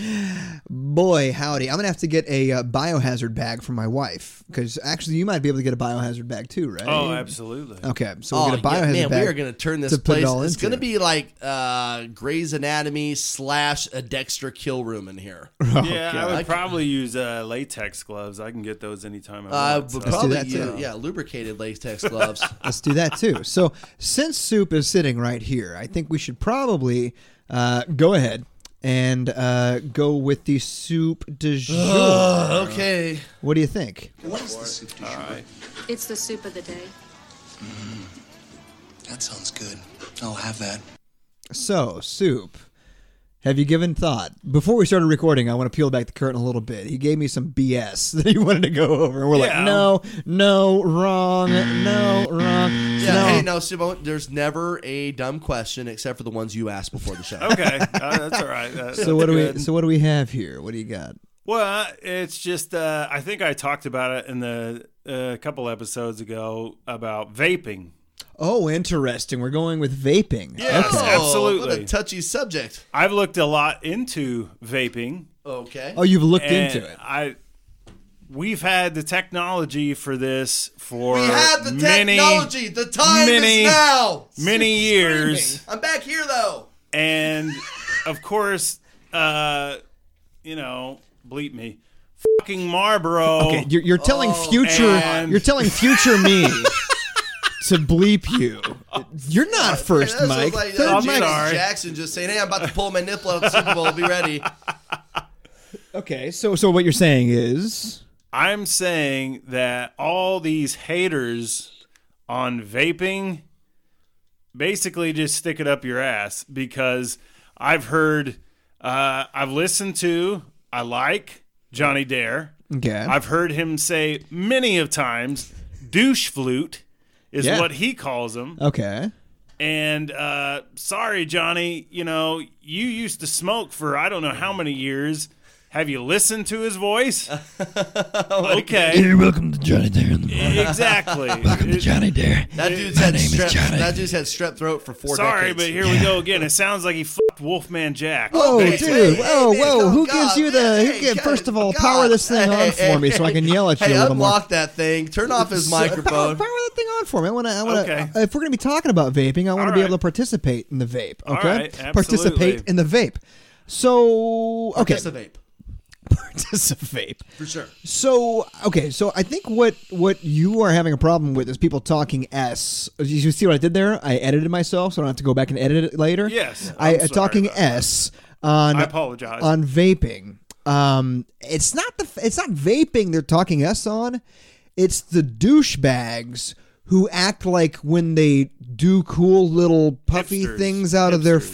boy howdy i'm gonna have to get a uh, biohazard bag from my wife because actually you might be able to get a biohazard bag too right Oh, absolutely. okay so oh, we'll get a biohazard yeah, man, bag we are going to turn this to put it place. all It's into going to it. be like uh, Grey's Anatomy slash a Dexter kill room [LAUGHS] in here. yeah, I I c- would probably use uh, latex gloves. I can get those anytime I Uh, want. but so- probably that, you- too. yeah, lubricated latex gloves. Let's do that too. [LAUGHS] So since soup is sitting right here, I think we should probably uh, go ahead and uh, go with the soup de jour. okay. what do you think? What's the soup du jour? It's the soup of the day. That sounds good. I'll have that. So soup, have you given thought before we started recording? I want to peel back the curtain a little bit. He gave me some BS [LAUGHS] that he wanted to go over, and we're Yeah. like, no, no, wrong, no, wrong. Yeah, no. hey, no, Simo, there's never a dumb question except for the [LAUGHS] ones you asked before the show. okay, uh, that's all right. That- so what do we? that's good. So what do we have here? What do you got? Well, it's just uh, I think I talked about it in the a couple episodes ago about vaping. Oh, interesting. We're going with vaping. Yes, Okay. Oh, What a absolutely. touchy subject. I've looked a lot into vaping. Okay. Oh, you've looked and into it. I we've had the technology for this for we have the many technology. The time many- is now. many years, I'm back here though. and of course, uh, you know, bleep me, fucking Marlboro. Okay, you're, you're telling future. oh, and- You're telling future me [LAUGHS] to bleep you. You're not first, That sounds Mike. Like, Third uh, I'm Mike. Janet sorry. Jackson just saying, "Hey, I'm about to pull my nipple out of the Super Bowl. Be ready." Okay, so so what you're saying is I'm saying that all these haters on vaping basically just stick it up your ass because I've heard, uh, I've listened to, I like Johnny Dare. okay. I've heard him say many of times, douche flute is Yeah. what he calls them. okay. And uh, sorry, Johnny, you know, you used to smoke for I don't know how many years. Have you listened to his voice? okay. welcome to Johnny Dare in the morning. [LAUGHS] Exactly. It- Johnny Dare. That dude's had name is strep. Johnny. That dude's had strep throat for four Sorry, decades. but here we go again. It sounds like he fucked Wolfman Jack. Oh, hey, dude! hey, hey, whoa, man, whoa! oh, who God, gives you the? man, who hey, gi- God, Oh, first of all, God. power this thing Hey, on hey, for me so I can yell at you Hey, a little more. unlock that thing. Turn off his So- Power, microphone. power that thing on for me. I want to. I want to. Okay. If we're going to be talking about vaping, I want to All be right. able to participate in the vape. Okay. right, participate absolutely. in the vape. So okay, Just a vape, [LAUGHS] participate. for sure. So okay, so I think what what you are having a problem with is people talking s. You- You see what I did there? I edited myself, so I don't have to go back and edit it later. Yes, I I'm uh, sorry talking about that. s on. I apologize. on vaping. Um, it's not the it's not vaping they're talking us on. It's the douchebags who act like when they do cool little puffy Hipsters. things out of their Hipsters,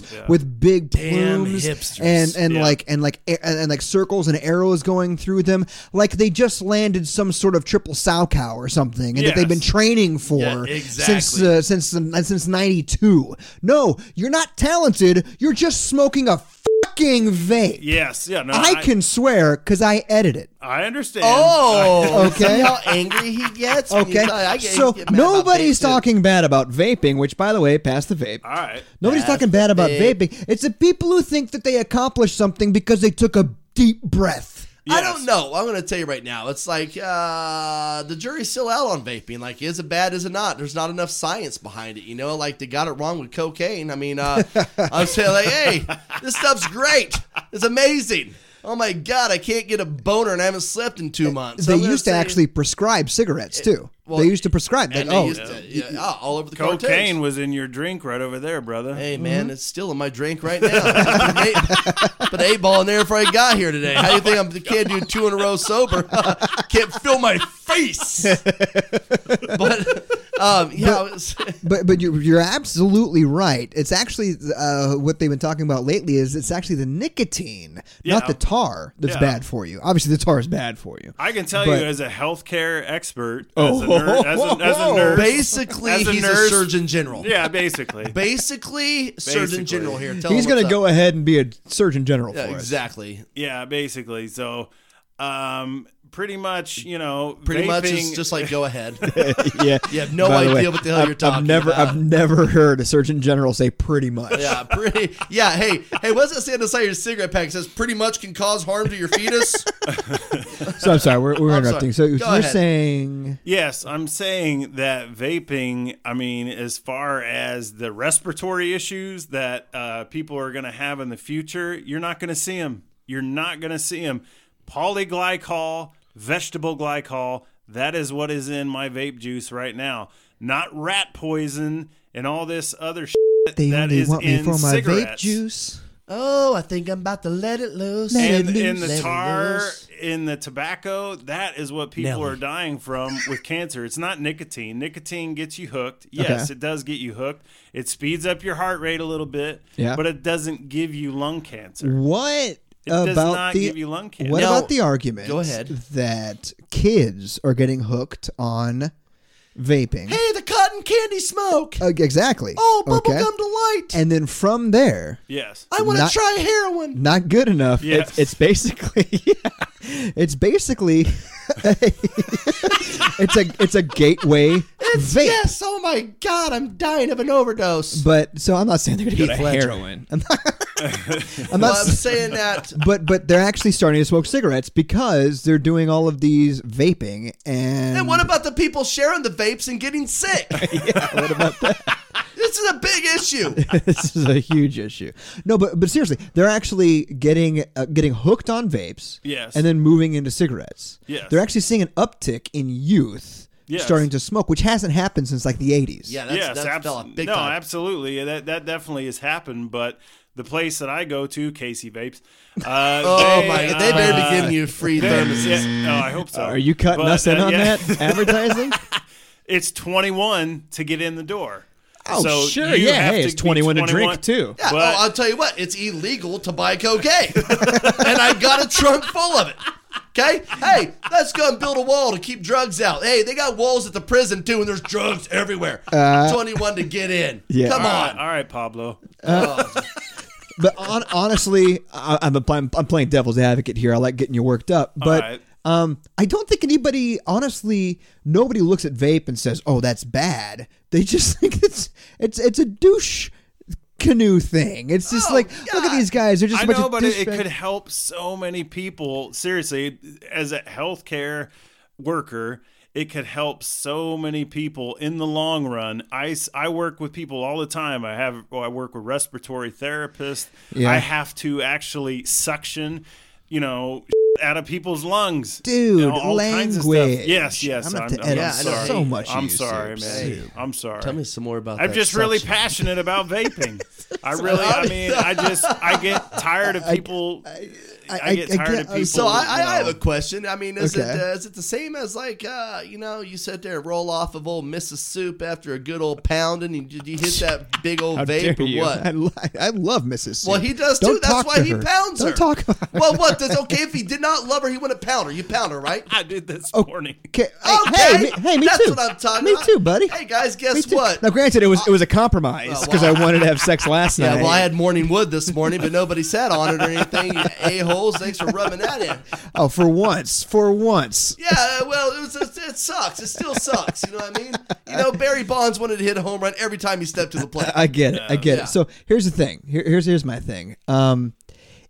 face yeah, yeah. with big Damn plumes hipsters. and and Yeah. like and like a- and, and like circles and arrows going through them, like they just landed some sort of triple sow cow or something, and that they've been Yes. training for Yeah, since exactly. uh, since uh, since '92. No, you're not talented. You're just smoking a fucking vape. yes, yeah, no, I, can swear because I edit it. I understand. Oh, Okay. [LAUGHS] See how angry he gets. when you Okay, tell- Oh, I get- so get mad about nobody's vapes, too. talking bad about vaping. Which, by the way, pass the vape. all right. Nobody's Pass talking the bad about vape. vaping. It's the people who think that they accomplished something because they took a deep breath. I don't know. I'm going to tell you right now. It's like uh, the jury's still out on vaping. Like, is it bad? Is it not? There's not enough science behind it. You know, like they got it wrong with cocaine. I [LAUGHS] mean, uh, I'm saying like, hey, this stuff's great. It's amazing. Oh my god, I can't get a boner and I haven't slept in two months. they I'm gonna used to say- actually prescribe cigarettes too. well, they used to prescribe. Like, And they oh, used to- yeah, yeah, all over the Cocaine cartoons. was in your drink right over there, brother. Hey Mm-hmm. man, it's still in my drink right now. [LAUGHS] Put an eight- Put an eight ball in there before I got here today. How do you think I'm can't do two in a row sober? [LAUGHS] can't feel [LAUGHS] my face. but um, yeah, it was- But but you're, you're absolutely right. It's actually uh, what they've been talking about lately is it's actually the nicotine, not Yeah. the tar, that's Yeah. bad for you. Obviously, the tar is bad for you. I can tell But- you as a healthcare expert, Oh. as a, ner- as a, as [LAUGHS] a Oh. nurse, basically As a he's a nurse- surgeon general. yeah, basically. Basically, surgeon Basically. general here. He's Tell him what's going to go up. ahead and be a surgeon general Yeah, for us. exactly. Yeah, basically. So, um, pretty much, you know, Pretty much vaping- is just like [LAUGHS] go ahead. yeah. You have no By the idea way, what the hell I've, you're talking I've never, about. I've never heard a surgeon general say pretty much. [LAUGHS] yeah, pretty. Yeah, hey, hey, what's it say on the side of your cigarette pack? It says pretty much can cause harm to [LAUGHS] your fetus. So I'm sorry, we're, we're I'm interrupting. sorry. So Go you're ahead. saying Yes, I'm saying that vaping, I mean, as far as the respiratory issues that uh, people are going to have in the future, you're not going to see them. You're not going to see them. Polyglycol, vegetable glycol, that is what is in my vape juice right now. Not rat poison and all this other shit they that only is want me in for my vape cigarettes. juice? Oh, I think I'm about to let it loose. And Let it in loose, let the it tar, loose. in the tobacco, that is what people Nelly. are dying from with cancer. It's not nicotine. Nicotine gets you hooked. Yes, Okay. it does get you hooked. It speeds up your heart rate a little bit, Yeah. but it doesn't give you lung cancer. What It about does not the give you lung cancer. What No. about the argument? Go ahead. That kids are getting hooked on vaping. Hey, the cotton candy smoke. Uh, exactly. oh, okay. bubblegum right. and then from there, Yes. I want to not- try heroin. not good enough. Yeah. It's, it's basically, [LAUGHS] it's basically, [LAUGHS] it's a it's a gateway vape. Yes. Oh my God, I'm dying of an overdose. But so I'm not saying they're going to Go be to heroin. I'm Well, not. I'm s- saying that. but but they're actually starting to smoke cigarettes because they're doing all of these vaping and. And what about the people sharing the vapes and getting sick? yeah, what about that? This is a big [LAUGHS] issue. [LAUGHS] this is a huge issue. No, but but seriously, they're actually getting uh, getting hooked on vapes. Yes. And then moving into cigarettes. Yes. They're actually seeing an uptick in youth Yes. starting to smoke, which hasn't happened since like the 80s. Yeah, that's, yes, that's abs- fell off big no, time. absolutely. Yeah, That that definitely has happened. But the place that I go to, Casey Vapes. [LAUGHS] Uh, Oh my God, they better uh, be giving you [LAUGHS] free they- thermoses. yeah, oh, I hope so. Are you cutting But, us in uh, on [LAUGHS] yeah, that advertising? It's 21 to get in the door. Oh, so sure, you yeah, have hey, to it's be 21 to drink, 21. too. Yeah, But- oh, I'll tell you what, it's illegal to buy cocaine. [LAUGHS] and I got a trunk full of it. Okay? Hey, let's go and build a wall to keep drugs out. Hey, they got walls at the prison too, and there's drugs everywhere. 21 to get in. Uh, Yeah. Come all right, on. all right, Pablo. But on, honestly, I, I'm, I'm I'm playing devil's advocate here. I like getting you worked up, but right. um, I don't think anybody, honestly, nobody looks at vape and says, "Oh, that's bad." They just [LAUGHS] think it's it's it's a douche canoe thing. It's Oh, just like, look at these guys; they're just a I bunch know, of but it, it douchebags. could help so many people. Seriously, as a healthcare worker, it could help so many people in the long run. I, s- I work with people all the time. I have well, I work with respiratory therapists. Yeah. I have to actually suction, you know, out of people's lungs. Dude, you know, all kinds of stuff. language. Yes, yes. I'm I'm, gonna have I'm, to edit I'm so sorry. much I'm you, sorry, Sue. Sue. man. I'm sorry. Tell me some more about I'm that just really suction. [LAUGHS] passionate about vaping. I really, I mean, I just, I get tired of people. I, I- get I tired get- of people. So I, I, I you have know. a question. I mean, is it Okay. uh, is it the same as like uh, you know you sit there and roll off of old Mrs. Soup after a good old pound and you, did you hit that big old How dare vape or you. what? I, li- I love Mrs. Well, Sue. he does too. Don't That's talk why to he her. pounds her. Don't talk about her. Well, what does okay? If he did not love her, he wouldn't pound her. You pound her, right? I did this morning. Okay. Okay, Hey, me, hey, me that's too. what I'm talking me about. too, buddy. Hey guys, Me guess too. what? Now, granted, it was it was a compromise because I wanted to [LAUGHS] have sex last Yeah, night. well, I had morning wood this morning, but nobody sat on it or anything. A holes, thanks for rubbing that in. oh, for once, for once. Yeah, uh, well, it, was, it, it sucks. It still sucks. You know what I mean? You know, Barry Bonds wanted to hit a home run every time he stepped to the plate. [LAUGHS] I get it. I get Yeah. it. So here's the thing. Here, here's here's my thing. Um,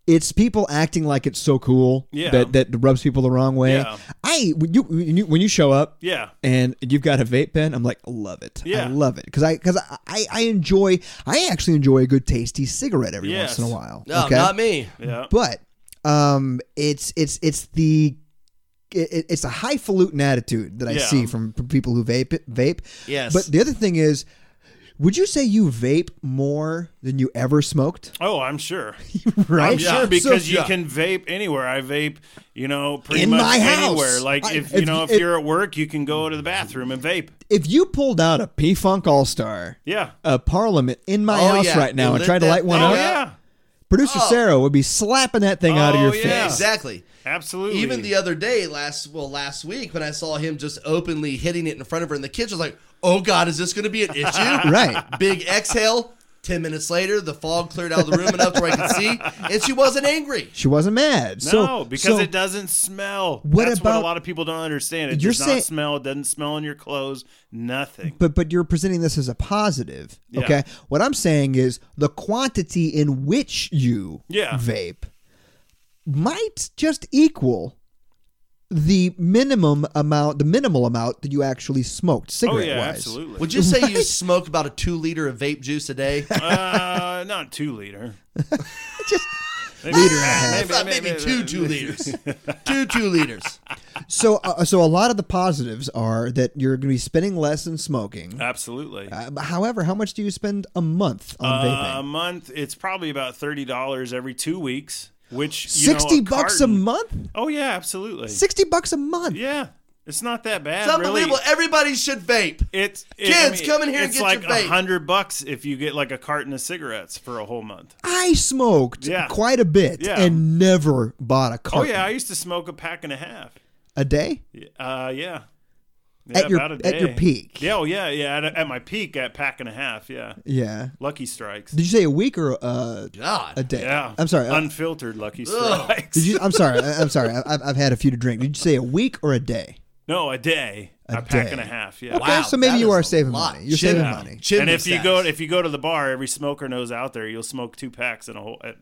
it's people acting like it's so cool Yeah. that that rubs people the wrong way. Yeah. I when you, when you when you show up, Yeah. and you've got a vape pen, I'm like, love it. Yeah. I love it because I because I, I I enjoy I actually enjoy a good tasty cigarette every Yes. once in a while. No, okay? not me. Yeah. but um, it's it's it's the it, it's a highfalutin attitude that I Yeah. see from people who vape vape. Yes. But the other thing is, would you say you vape more than you ever [LAUGHS] smoked? Oh, I'm sure. Right. I'm sure because So- you can vape anywhere. I vape, you know, pretty In much my house. anywhere. Like I- if if you know, if it- you're at work, you can go to the bathroom and vape. if you pulled out a P Funk All Star, Yeah. a Parliament in my Oh, house yeah. right now, You and lit tried to that light one thing Oh up, Yeah. yeah. producer Sarah would be slapping that thing out of Oh, your yeah. face. Exactly. Absolutely. Even the other day, last well, last week when I saw him just openly hitting it in front of her in the kitchen, I was like, "Oh God, is this going to be an issue?" [LAUGHS] Right. Big exhale. Ten minutes later, the fog cleared out of the room enough to where I could see, and she wasn't angry. She wasn't mad. No, so, because so- it doesn't smell. What That's what about- a lot of people don't understand. It You're does saying- not smell. It doesn't smell in your clothes. Nothing. but but you're presenting this as a positive. Yeah. Okay. What I'm saying is the quantity in which you Yeah. vape might just equal the minimum amount, the minimal amount that you actually smoked Oh cigarette yeah, wise. absolutely. Would you say you smoke about a two liter of vape juice [LAUGHS] a day? Uh, not two liter. Just maybe, Liter and a half. [LAUGHS] That's not maybe two two liters. Two [LAUGHS] two liters. So uh, so a lot of the positives are that you're going to be spending less in smoking. Absolutely. Uh, however, how much do you spend a month on Uh, a vaping? month, it's probably about thirty dollars every two weeks. Which you know, Sixty a bucks carton- a month. Oh yeah, absolutely. Sixty bucks a month. Yeah, it's not that bad. It's unbelievable. Really. Everybody should vape. It's it, I Kids, mean, come in here and It's get like your vape. a hundred bucks if you get like a carton of cigarettes for a whole month. I smoked Yeah. quite a bit Yeah. and never bought a Oh carton yeah, I used to smoke a pack and a half. a day. Uh, yeah. Yeah, At your- about a day. at your peak. Yeah, oh yeah, yeah. At, at my peak, at pack and a half. Yeah, Yeah. lucky strikes. Did you say a week or uh, God. a day? Yeah, I'm sorry. uh, Unfiltered lucky strikes. did you? I'm sorry. I, am sorry. I, I've, I've had a few to drink. Did you say a week or a day? no, a day. A a pack and day. a half. Yeah. Okay, so maybe that you is are a saving lot. money. You're Shit. saving Yeah. money. Chimney and if you stacks. go if you go to the bar, every smoker knows out there you'll smoke two packs in a whole at,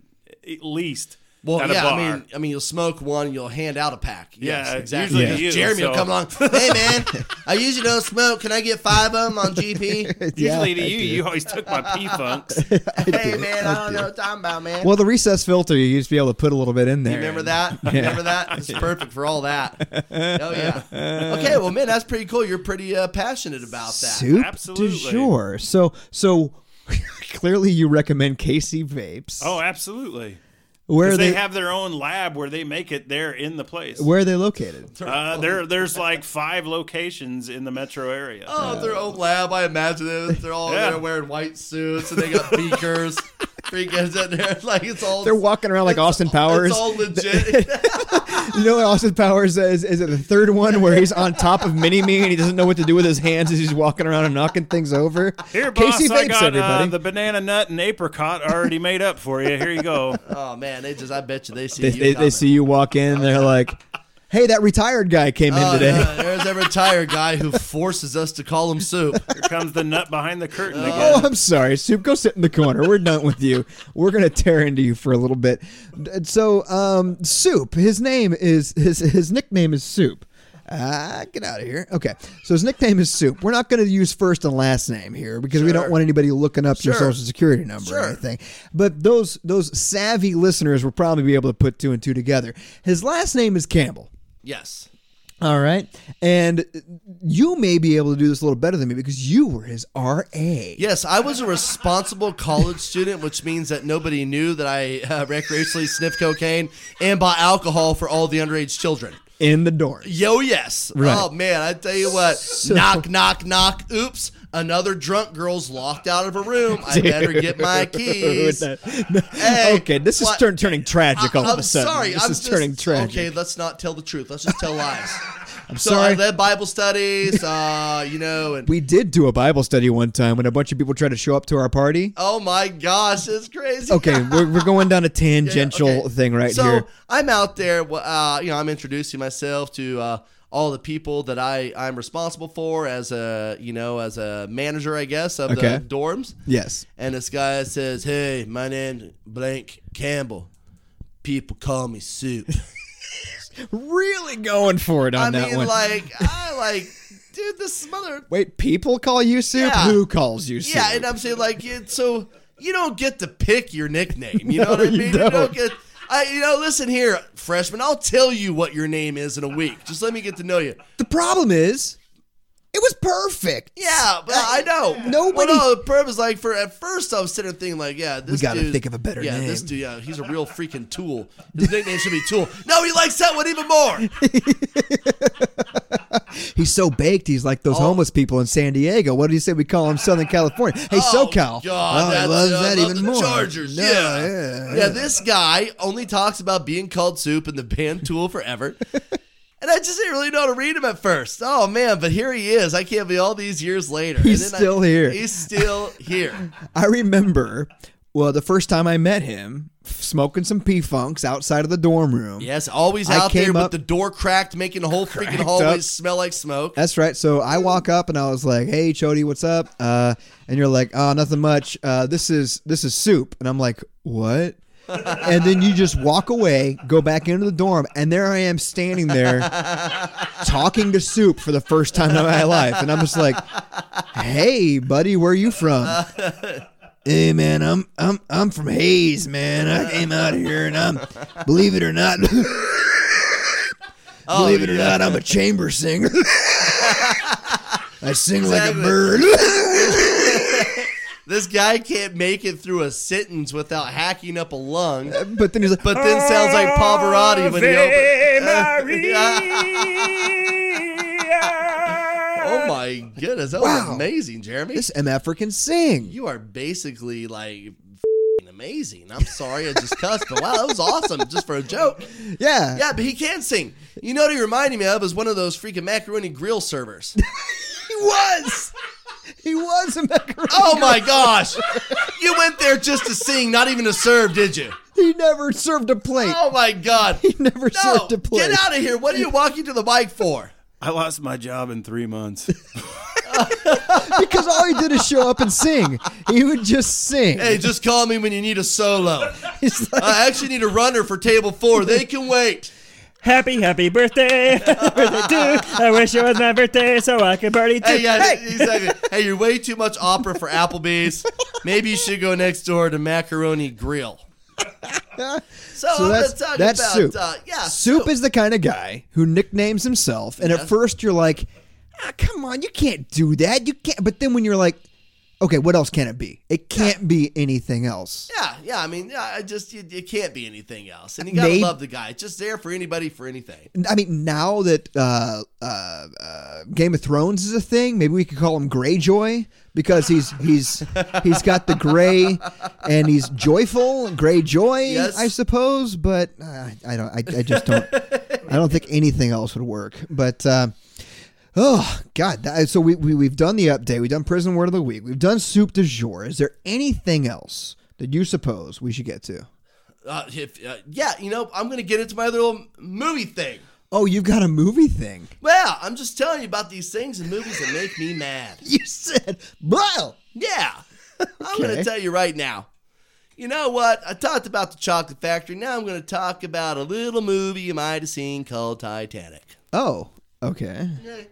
at least Well, at a yeah, bar. I mean, I mean, you'll smoke one, you'll hand out a pack. Yes, Yeah, exactly. usually you, Jeremy will so- come [LAUGHS] along. Hey, man, I usually don't smoke. Can I get five of them on GP? Usually [LAUGHS] Yeah, to I you, do. you always took my [LAUGHS] P funks. hey, man, I, don't know what I'm talking about, man. Well, the recess filter, you used to be able to put a little bit in there. You remember [LAUGHS] that? Remember that? It's perfect for all that. Oh yeah. Okay, well, man, that's pretty cool. You're pretty uh, passionate about that. Soup Absolutely. du jour. So, so [LAUGHS] clearly you recommend KC Vapes. Oh, absolutely. where are 'Cause they, they, have their own lab where they make it there in the place. Where are they located? Uh, there, there's like five locations in the metro area. Oh, their own lab. I imagine it. They're all Yeah. there wearing white suits and they got beakers. Freakers in there, [LAUGHS] like it's all. They're walking around like Austin Powers. It's all [LAUGHS] legit. You know what Austin Powers is? Is it the third one where he's on top of Mini Me and he doesn't know what to do with his hands as he's walking around and knocking things over? Here, boss, KC I Vapes, got uh, everybody. the banana nut and apricot already made up for you. Here you go. oh man, they just. I bet you they see they, they, you. they coming. see you walk in and they're like, hey, that retired guy came Uh, Oh, in today. yeah, there's a retired guy who forces us to call him soup. Here comes the nut behind the curtain again. Oh, I'm sorry, Soup. Go sit in the corner. We're done with you. We're gonna tear into you for a little bit. D- So, um, Soup. His name is his his nickname is Soup. Ah, get out of here. Okay. So his nickname is Soup. We're not going to use first and last name here because we don't want anybody looking up your Sure. social security number or anything. But those those savvy listeners will probably be able to put two and two together. His last name is Campbell. Yes. All right. And you may be able to do this a little better than me because you were his RA. Yes, I was a responsible college student, which means that nobody knew that I uh, recreationally sniffed cocaine and bought alcohol for all the underage children. In the door. Yo, yes. Right. Oh, man, I tell you what. knock, knock, knock. Oops. Another drunk girl's locked out of her room. I better get my [LAUGHS] keys. Hey, okay, this is what- turn, turning tragic all I, of am a sudden. sorry. this I'm is just, turning tragic. Okay, let's not tell the truth. Let's just tell lies. [LAUGHS] I'm so sorry. I led Bible studies, uh, you know, and We did do a Bible study one time when a bunch of people tried to show up to our [LAUGHS] party. oh my gosh, it's crazy. Okay, we're, we're going down a tangential okay. thing right so here. I'm out there. wh- Uh, you know, I'm introducing myself to uh, all the people that I I'm responsible for as a you know as a manager, I guess, of Okay. the dorms. Yes. And this guy says, "Hey, my name's Blank Campbell. People call me Soup." Really going for it [LAUGHS] I on that mean, one. like I like, dude, this mother. Wait, people call you soup? Yeah. Who calls you soup? Yeah, and I'm saying like, it, so you don't get to pick your nickname. [LAUGHS] You know what I No, you mean? You don't. don't get. I, you know, listen here, freshman. I'll tell you what your name is in a week. Just let me get to know you. the problem is, it was perfect. Yeah, but I know. Nobody- Well, no, the purpose, like for at first, I was sitting there thinking, like, yeah, this gotta dude- think of a better yeah, name. this dude, yeah, he's a real freaking tool. His nickname should be Tool. No, he likes that one even more. He's so baked, he's like Oh. those homeless people in San Diego. What do you say we call him [LAUGHS] Southern California? Hey, Oh, SoCal. God, oh, that's- I love that I love even the more. Chargers. No, yeah. yeah, Yeah, This guy only talks about being called soup and the band [LAUGHS] Tool forever. And I just didn't really know how to read him at first. Oh man, but here he is. I can't be all these years later. He's And then I- still here. He's still [LAUGHS] here. I remember, well, the first time I met him, smoking some P Funks outside of the dorm room. Yes, always I out there came with up- the door cracked, making the whole freaking Cracked hallway up. smell like smoke. That's right. So I walk up and I was like, "Hey, Chody, what's up?" Uh, and you're like, "Oh, nothing much. Uh, this is this is soup." And I'm like, "What?" and then you just walk away, go back into the dorm, and there I am standing there talking to soup for the first time in my life, and I'm just like, "Hey, buddy, where are you from?" Hey man, I'm I'm I'm from Hayes, man. I came out here and I'm, believe it or not, Oh, believe it or not, [LAUGHS] I'm a chamber singer. [LAUGHS] I sing like Exactly. a bird. [LAUGHS] This guy can't make it through a sentence without hacking up a lung, but then he's like, but then sounds like Pavarotti when [LAUGHS] he [LAUGHS] Ave opens. oh my goodness, that Wow. was amazing, Jeremy. "This MF can sing." you are basically like f***ing amazing. I'm sorry, I just cussed. But wow, that was awesome, just for a joke. Yeah. Yeah, but he can sing. You know what he reminded me of is one of those freaking macaroni grill servers. He was. He was a macaroni. Oh my gosh, you went there just to sing, not even to serve, did you? He never served a plate. Oh my god, He never no, served a plate. get out of here! What are you walking to the mic for? I lost my job in three months. Because all he did is show [LAUGHS] up and sing. He would just sing. Hey, just call me when you need a solo. He's like, I actually need a runner for table four. They can wait. Happy, happy birthday. [LAUGHS] Happy birthday too. I wish it was my birthday so I could party too. Hey, yeah, exactly. Hey, you're way too much opera for Applebee's. Maybe you should go next door to Macaroni [LAUGHS] Grill. So, So I'm that's- gonna talk that's about soup. Uh, yeah, Soup is the kind of guy who nicknames himself, and at first you're like, ah, "Come on, you can't do that. You can't." But then when you're like, "Okay, what else can it be? It can't be anything else." Yeah, yeah. I mean, yeah, I just it, it can't be anything else, and you gotta Maybe- love the guy. It's Just there for anybody for anything. I mean, now that uh, uh, uh, Game of Thrones is a thing, maybe we could call him Greyjoy because he's he's he's got the gray and he's joyful, Greyjoy, Yes. I suppose. But uh, I don't, I, I just don't, I don't think anything else would work. But uh, oh God, that, so we, we we've done the update, we've done prison word of the week, we've done soup du jour. Is there anything else that you suppose we should get to? Uh, if uh, yeah, you know, I'm gonna get into my other little movie thing. Oh, you've got a movie thing. Well, I'm just telling you about these things and movies that make me mad. You said, well. Yeah. I'm going Okay. to tell you right now. You know what? I talked about the chocolate factory. Now I'm going to talk about a little movie you might have seen called Titanic. Oh, okay. Hey,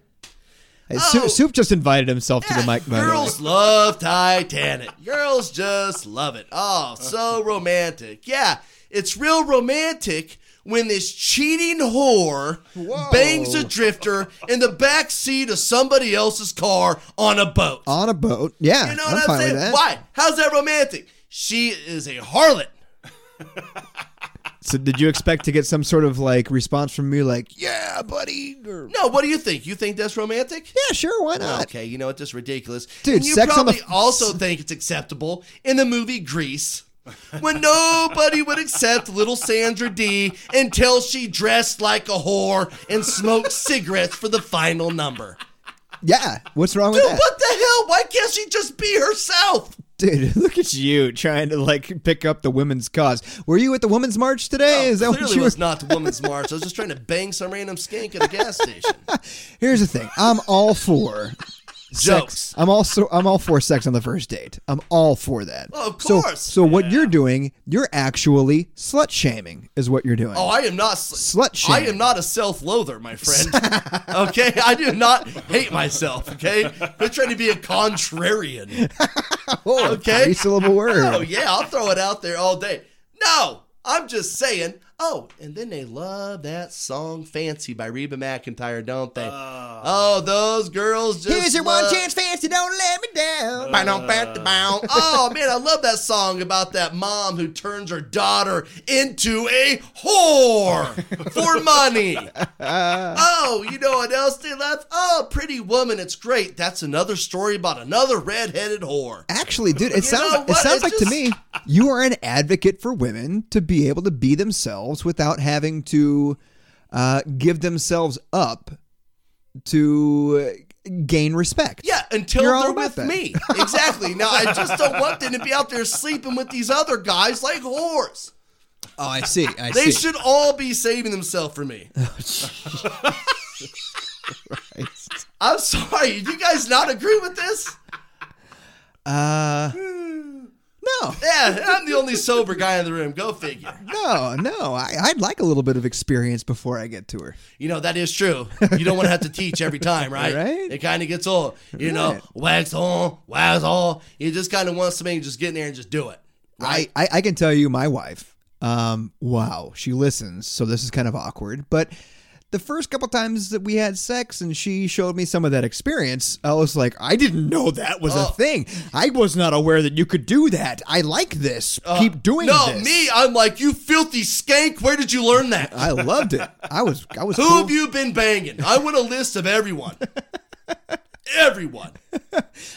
Oh. Soup, Soup just invited himself to the mic. by the way. Girls love Titanic. Girls just love it. Oh, so romantic. Yeah, it's real romantic when this cheating whore bangs a drifter in the back seat of somebody else's car on a boat. on a boat. Yeah, You know I'm what I'm fine saying? with that. Why? How's that romantic? She is a harlot. So, did you expect to get some sort of like response from me, like, "Yeah, buddy"? Or, No, what do you think? You think that's romantic? yeah, sure, why not? Okay, you know what? That's ridiculous. Dude, and you sex on the- probably also think it's acceptable in the movie Grease when nobody would accept little Sandra D until she dressed like a whore and smoked cigarettes for the final number. Yeah, what's wrong Dude, with that, what the hell? Why can't she just be herself? dude? [LAUGHS] Look at you trying to like pick up the women's cause. Were you at the women's march today? Is that Oh, Clearly what you were? was not the woman's march. I was just trying to bang some random skank at a gas [LAUGHS] station. Here's the thing: I'm all for. Jokes. Sex. I'm also I'm all for sex on the first date. I'm all for that. Well, Oh, of So- course. So, what you're doing, you're actually slut shaming, is what you're doing. Oh, I am not sl- Slut shame. I am not a self-loather, my friend. okay, I do not hate myself. Okay, quit trying to be a contrarian. Oh, okay. Three syllable word. Oh yeah, I'll throw it out there all day. No, I'm just saying. Oh, and then they love that song "Fancy" by Reba McIntyre, don't they? oh, those girls just. Ah. Here's your love- one chance, fancy. Don't let me down. Ba-dum-ba-da-bow. Oh man, I love that song about that mom who turns her daughter into a whore for money. Oh, you know what else they love? Oh, pretty woman, it's great. That's another story about another redheaded whore. Actually, dude, it know sounds it what? sounds It's like to just- me you are an advocate for women to be able to be themselves without having to uh, give themselves up to uh, gain respect. Yeah, until You're all they're about that. with me. Exactly. Now I just don't want them to be out there sleeping with these other guys like whores. Oh, I see. I They see. Oh, should all be saving themselves for me. [LAUGHS] I'm sorry. Do you guys not agree with this? Uh, no, Yeah, I'm the only sober guy in the room. Go figure. no, no. I, I'd like a little bit of experience before I get to her. You know, that is true. You don't want to have to teach every time, right? Right. It kind of gets old. You know, wax on, wax off. You just kind of want somebody to just get in there and just do it. Right. I, I, I can tell you my wife um wow she listens so this is kind of awkward but the first couple times that we had sex and she showed me some of that experience i was like i didn't know that was Oh. a thing i was not aware that you could do that i like this keep doing Uh, no, this me, I'm like, you filthy skank. Where did you learn that? i loved it i was i was Who cool. have you been banging? I want a list of everyone. [LAUGHS] everyone.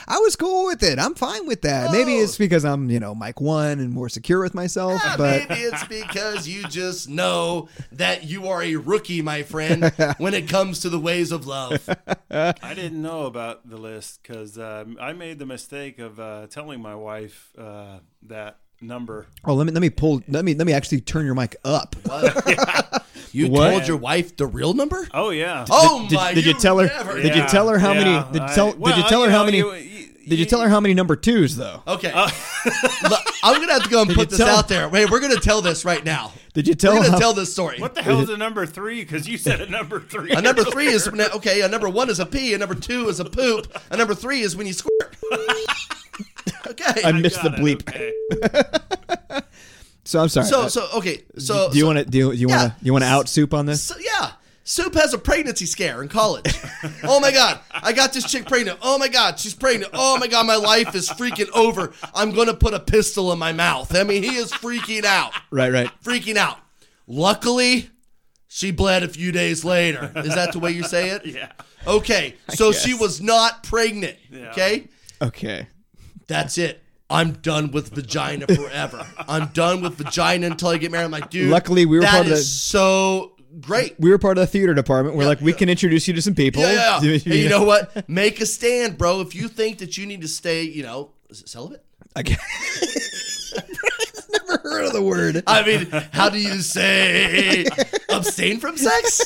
I was cool with it. I'm fine with that. Maybe Oh. it's because I'm, you know, Mike One and more secure with myself. Ah, but maybe it's because you just know that you are a rookie, [LAUGHS] my friend, when it comes to the ways of love. I didn't know about the list because I made the mistake of uh, telling my wife uh, that number. oh, let me let me pull. Let me let me actually turn your mic up. You What? told your wife the real number? Oh yeah. Oh did- my! did you tell her- never- did you tell her how many- did you tell- did you tell her how many- Did you tell her how many number twos though? Okay. Uh, [LAUGHS] Look, I'm gonna have to go and Did put you this tell- out there. Wait, we're gonna tell this right now. Did you We're tell gonna how, tell this story. What the hell is a number three? Because you said a number three. A [LAUGHS] number three is when- okay. A number one is a pee. A number two is a poop. A number three is when you squirt. [LAUGHS] okay. I missed the Got it, bleep. okay. [LAUGHS] So I'm sorry. so Uh, so okay. So do you want to do you, you Yeah. want to you want to out soup on this? So, yeah. Soup has a pregnancy scare in college. oh my god, I got this chick pregnant. Oh my god, she's pregnant. Oh my god, my life is freaking over. I'm gonna put a pistol in my mouth. I mean, he is freaking out. Right, right. Freaking out. Luckily, she bled a few days later. Is that the way you say it? yeah. Okay. So she was not pregnant. Okay? Okay. That's it. I'm done with vagina forever. I'm done with vagina until I get married. I'm like, dude. Luckily, we were that part of is the- so great. We were part of the theater department. We're like, we can introduce you to some people. Yeah, yeah. You And you know- know what? Make a stand, bro. If you think that you need to stay, you know, is it celibate? [LAUGHS] I [LAUGHS] guess- never heard of the word. I mean, how do you say abstain from sex?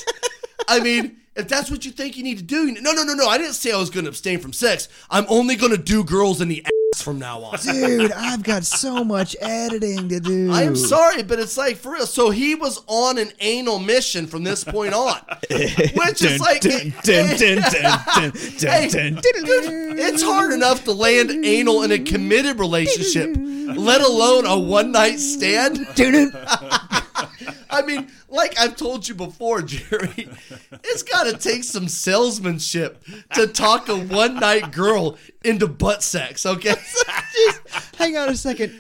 I mean, if that's what you think you need to do, you- no, no, no, no. I didn't say I was going to abstain from sex. I'm only going to do girls in the ass from now on. [LAUGHS] Dude, I've got so much editing to do. I am sorry, but it's like for real. So he was on an anal mission from this point on, which is like [LAUGHS] Hey, dude, it's hard enough to land anal in a committed relationship, let alone a one night stand. I mean, like I've told you before, Jerry, it's got to take some salesmanship to talk a one night girl into butt sex, okay? [LAUGHS] Hang on a second.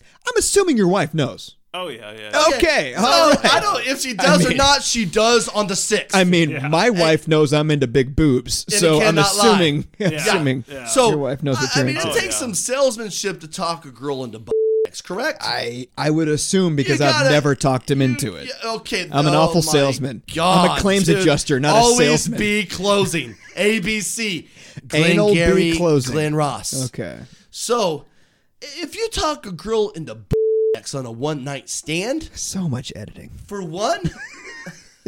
I'm assuming your wife knows. Oh yeah, yeah. Okay, So, all right. I don't, if she does or mean- not, she does on the sixth. I mean, my wife knows I'm into big boobs, it so I'm cannot lie. assuming, [LAUGHS] assuming Yeah. so, your wife knows I- that you're I mean, into it it. takes some salesmanship to talk a girl into butt sex, correct? I I would assume because You I've gotta- never talked him into it. Yeah, Okay, I'm an oh awful my salesman. I'm a God, claims dude. adjuster, not a Always salesman. be closing. ABC. Anal Glenn be Gary, closing. Glenn Ross. Okay. So, if you talk a girl into sex on a one night stand, So much [LAUGHS] editing. for one,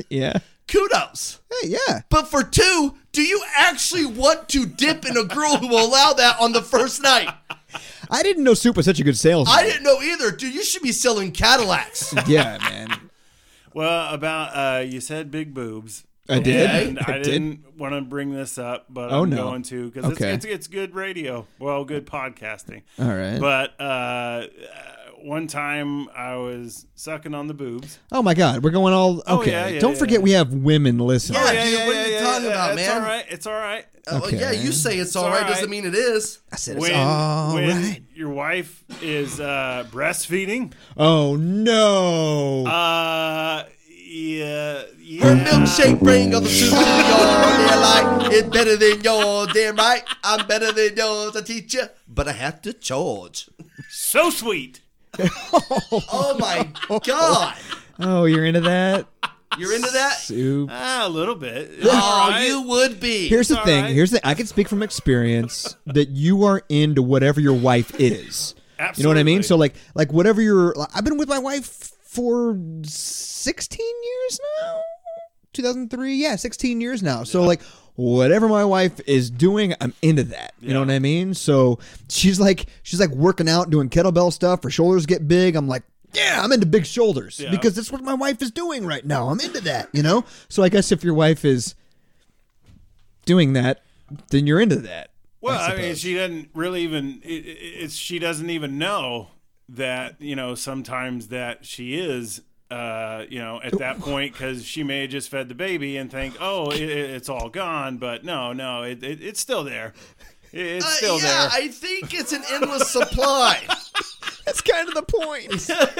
Yeah. kudos. Hey, yeah. But for two, do you actually want to dip in a girl who will allow that on the first night? I didn't know Soup was such a good salesman. I didn't know either. Dude, you should be selling Cadillacs. Uh, [LAUGHS] Yeah, man. Well, about uh, you said big boobs. I did. And I, [LAUGHS] I did. didn't want to bring this up, but Oh, I'm no. going to because Okay. it's, it's, it's good radio. Well, good podcasting. All right. But uh, uh, one time I was sucking on the boobs. Oh my God, we're going all okay. Oh, yeah, yeah, Don't yeah, forget yeah. we have women listening. Yeah, dude, what are you talking about, it's man? all right. It's all right. Oh, yeah, you say it's, all right. all Doesn't right. mean it is. I said it's When, all when right. your wife is uh, breastfeeding, Oh no. uh, yeah, Her yeah. milkshake bring all the soup to your They're like, it's better than yours. Damn right, I'm better than yours. I teach you, but I have to charge. so sweet. Oh [LAUGHS] my god, oh, you're into that. you're into that? Soup. Ah, a little bit. Oh, [LAUGHS] All right. you would [LAUGHS] be. Here's the all thing. right. Here's the. I can speak from experience that you are into whatever your wife is. You know what I mean? Absolutely. So like, like whatever your. I've been with my wife for 16 years now. 2003. Yeah, 16 years now. So like. Whatever my wife is doing, I'm into that. You know what I mean? So she's like, she's like working out, doing kettlebell stuff. Her shoulders get big. I'm like, yeah, I'm into big shoulders because that's what my wife is doing right now. I'm into that. You know? So I guess if your wife is doing that, then you're into that. Well, I, mean, she doesn't really even. It, it, it's she doesn't even know that you know sometimes that she is. Uh, you know, at that point, because she may have just fed the baby and think, "Oh, it, it- it's all gone," but no, no, it, it, it's still there. It- it's Uh, still yeah, there. I think it's an endless supply. That's kind of the point. That's kind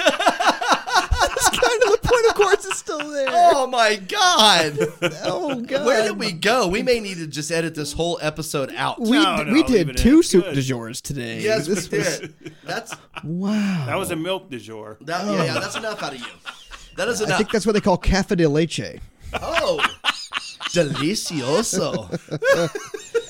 of the point. Of course, It's still there. Oh my god. Oh god. Where did we go? We may need to just edit this whole episode out. We, No, d- no, we leave did it two in. soup Good. de jours today. [LAUGHS] yes, we This was- did. That's Wow. That was a milk du jour. that, yeah, yeah, that's enough out of you. That is I enough. think that's what they call cafe de leche. Oh, delicioso,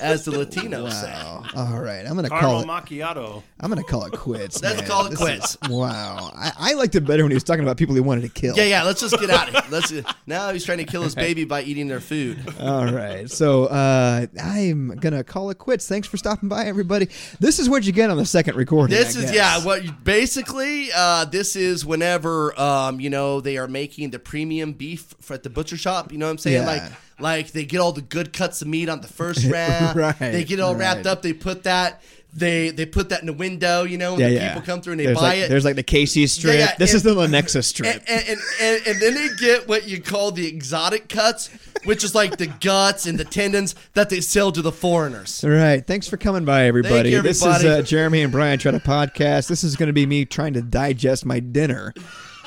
[LAUGHS] as the Latinos say. Oh, All right, I'm gonna call Caramel it. macchiato. I'm gonna call it quits. [LAUGHS] Let's man. call it This quits. is- wow, I, I liked it better when he was talking about people he wanted to kill. Yeah, yeah. Let's just get out of here. Let's. Now he's trying to kill his baby by eating their food. All right. So uh, I'm going to call it quits. Thanks for stopping by, everybody. This is what you get on the second recording. This I is guess. yeah. What you- basically uh, this is whenever um, you know they are making the premium beef f- at the butcher shop. You know what I'm saying? Yeah. Like like they get all the good cuts of meat on the first round. [LAUGHS] Right, They get it all wrapped right. up. They put that. They they put that in the window. You know. and Yeah, the yeah. People come through and they there's buy like, it. There's like the Casey strip. yeah, this and- is the Lenexa strip. and, and, and, and then they get what you call the exotic cuts, which is like the guts and the tendons that they sell to the foreigners. All right. Thanks for coming by, everybody. you, This is everybody. uh, Jeremy and Brian trying to podcast. This is going to be me trying to digest my dinner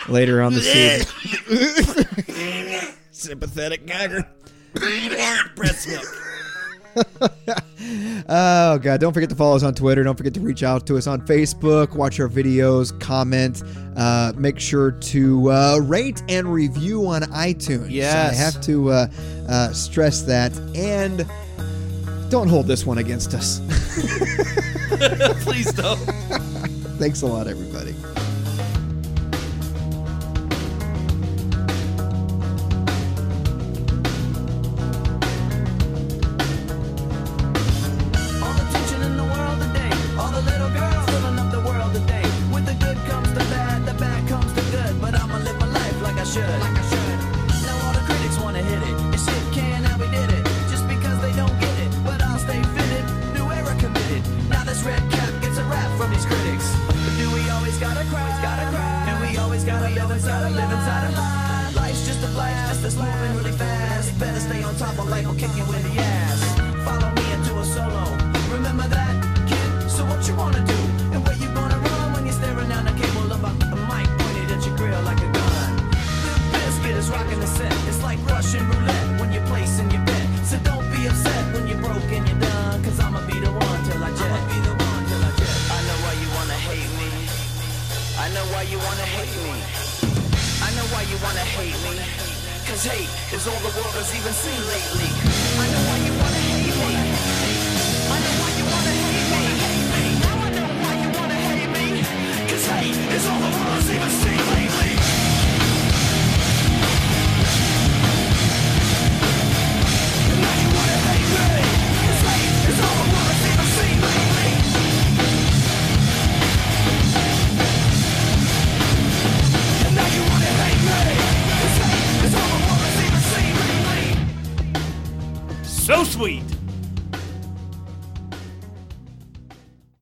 later on this [LAUGHS] evening. Sympathetic Geiger. Breast milk. Oh, God. Don't forget to follow us on Twitter. Don't forget to reach out to us on Facebook. Watch our videos, comment. Uh, make sure to uh, rate and review on iTunes. Yes. I have to uh, uh, stress that. And don't hold this one against us. [LAUGHS] Please don't. Thanks a lot, everybody. All the tension in the world today. All the little girls filling up the world today. With the good comes the bad, the bad comes the good. But I'ma live my life like I should. Like I should. Now all the critics wanna hit it. This shit can how we did it. Just because they don't get it. But I'll stay fitted. New era committed. Now this red cap gets a rap from these critics. But do we always gotta cry? Gotta cry. Do we always gotta live inside a live inside a lie? Life's just a blast. It's moving really fast. Better stay on top or life will kick you in the ass. Follow me into a solo. Remember that, kid? So what you wanna do? And where you gonna run when you're staring down the cable of a, a mic pointed at your grill like a gun? The biscuit is rocking the set. It's like Russian roulette when you're placing your bet. So don't be upset when you're broke and you're done. Cause I'ma be the one till I jet. I'ma be the one till I jet. I know why you wanna hate me. I know why you wanna hate me. I know why you wanna hate me. Cause hate is all the world has even seen lately. I know why you wanna hate me. I know why you wanna hate me. Now I know why you wanna hate me. Cause hate is all the world has even seen lately. And now you wanna hate me. Cause hate is all the world has even seen lately. And now you wanna hate me. Cause hate is all the world has even seen lately. So sweet.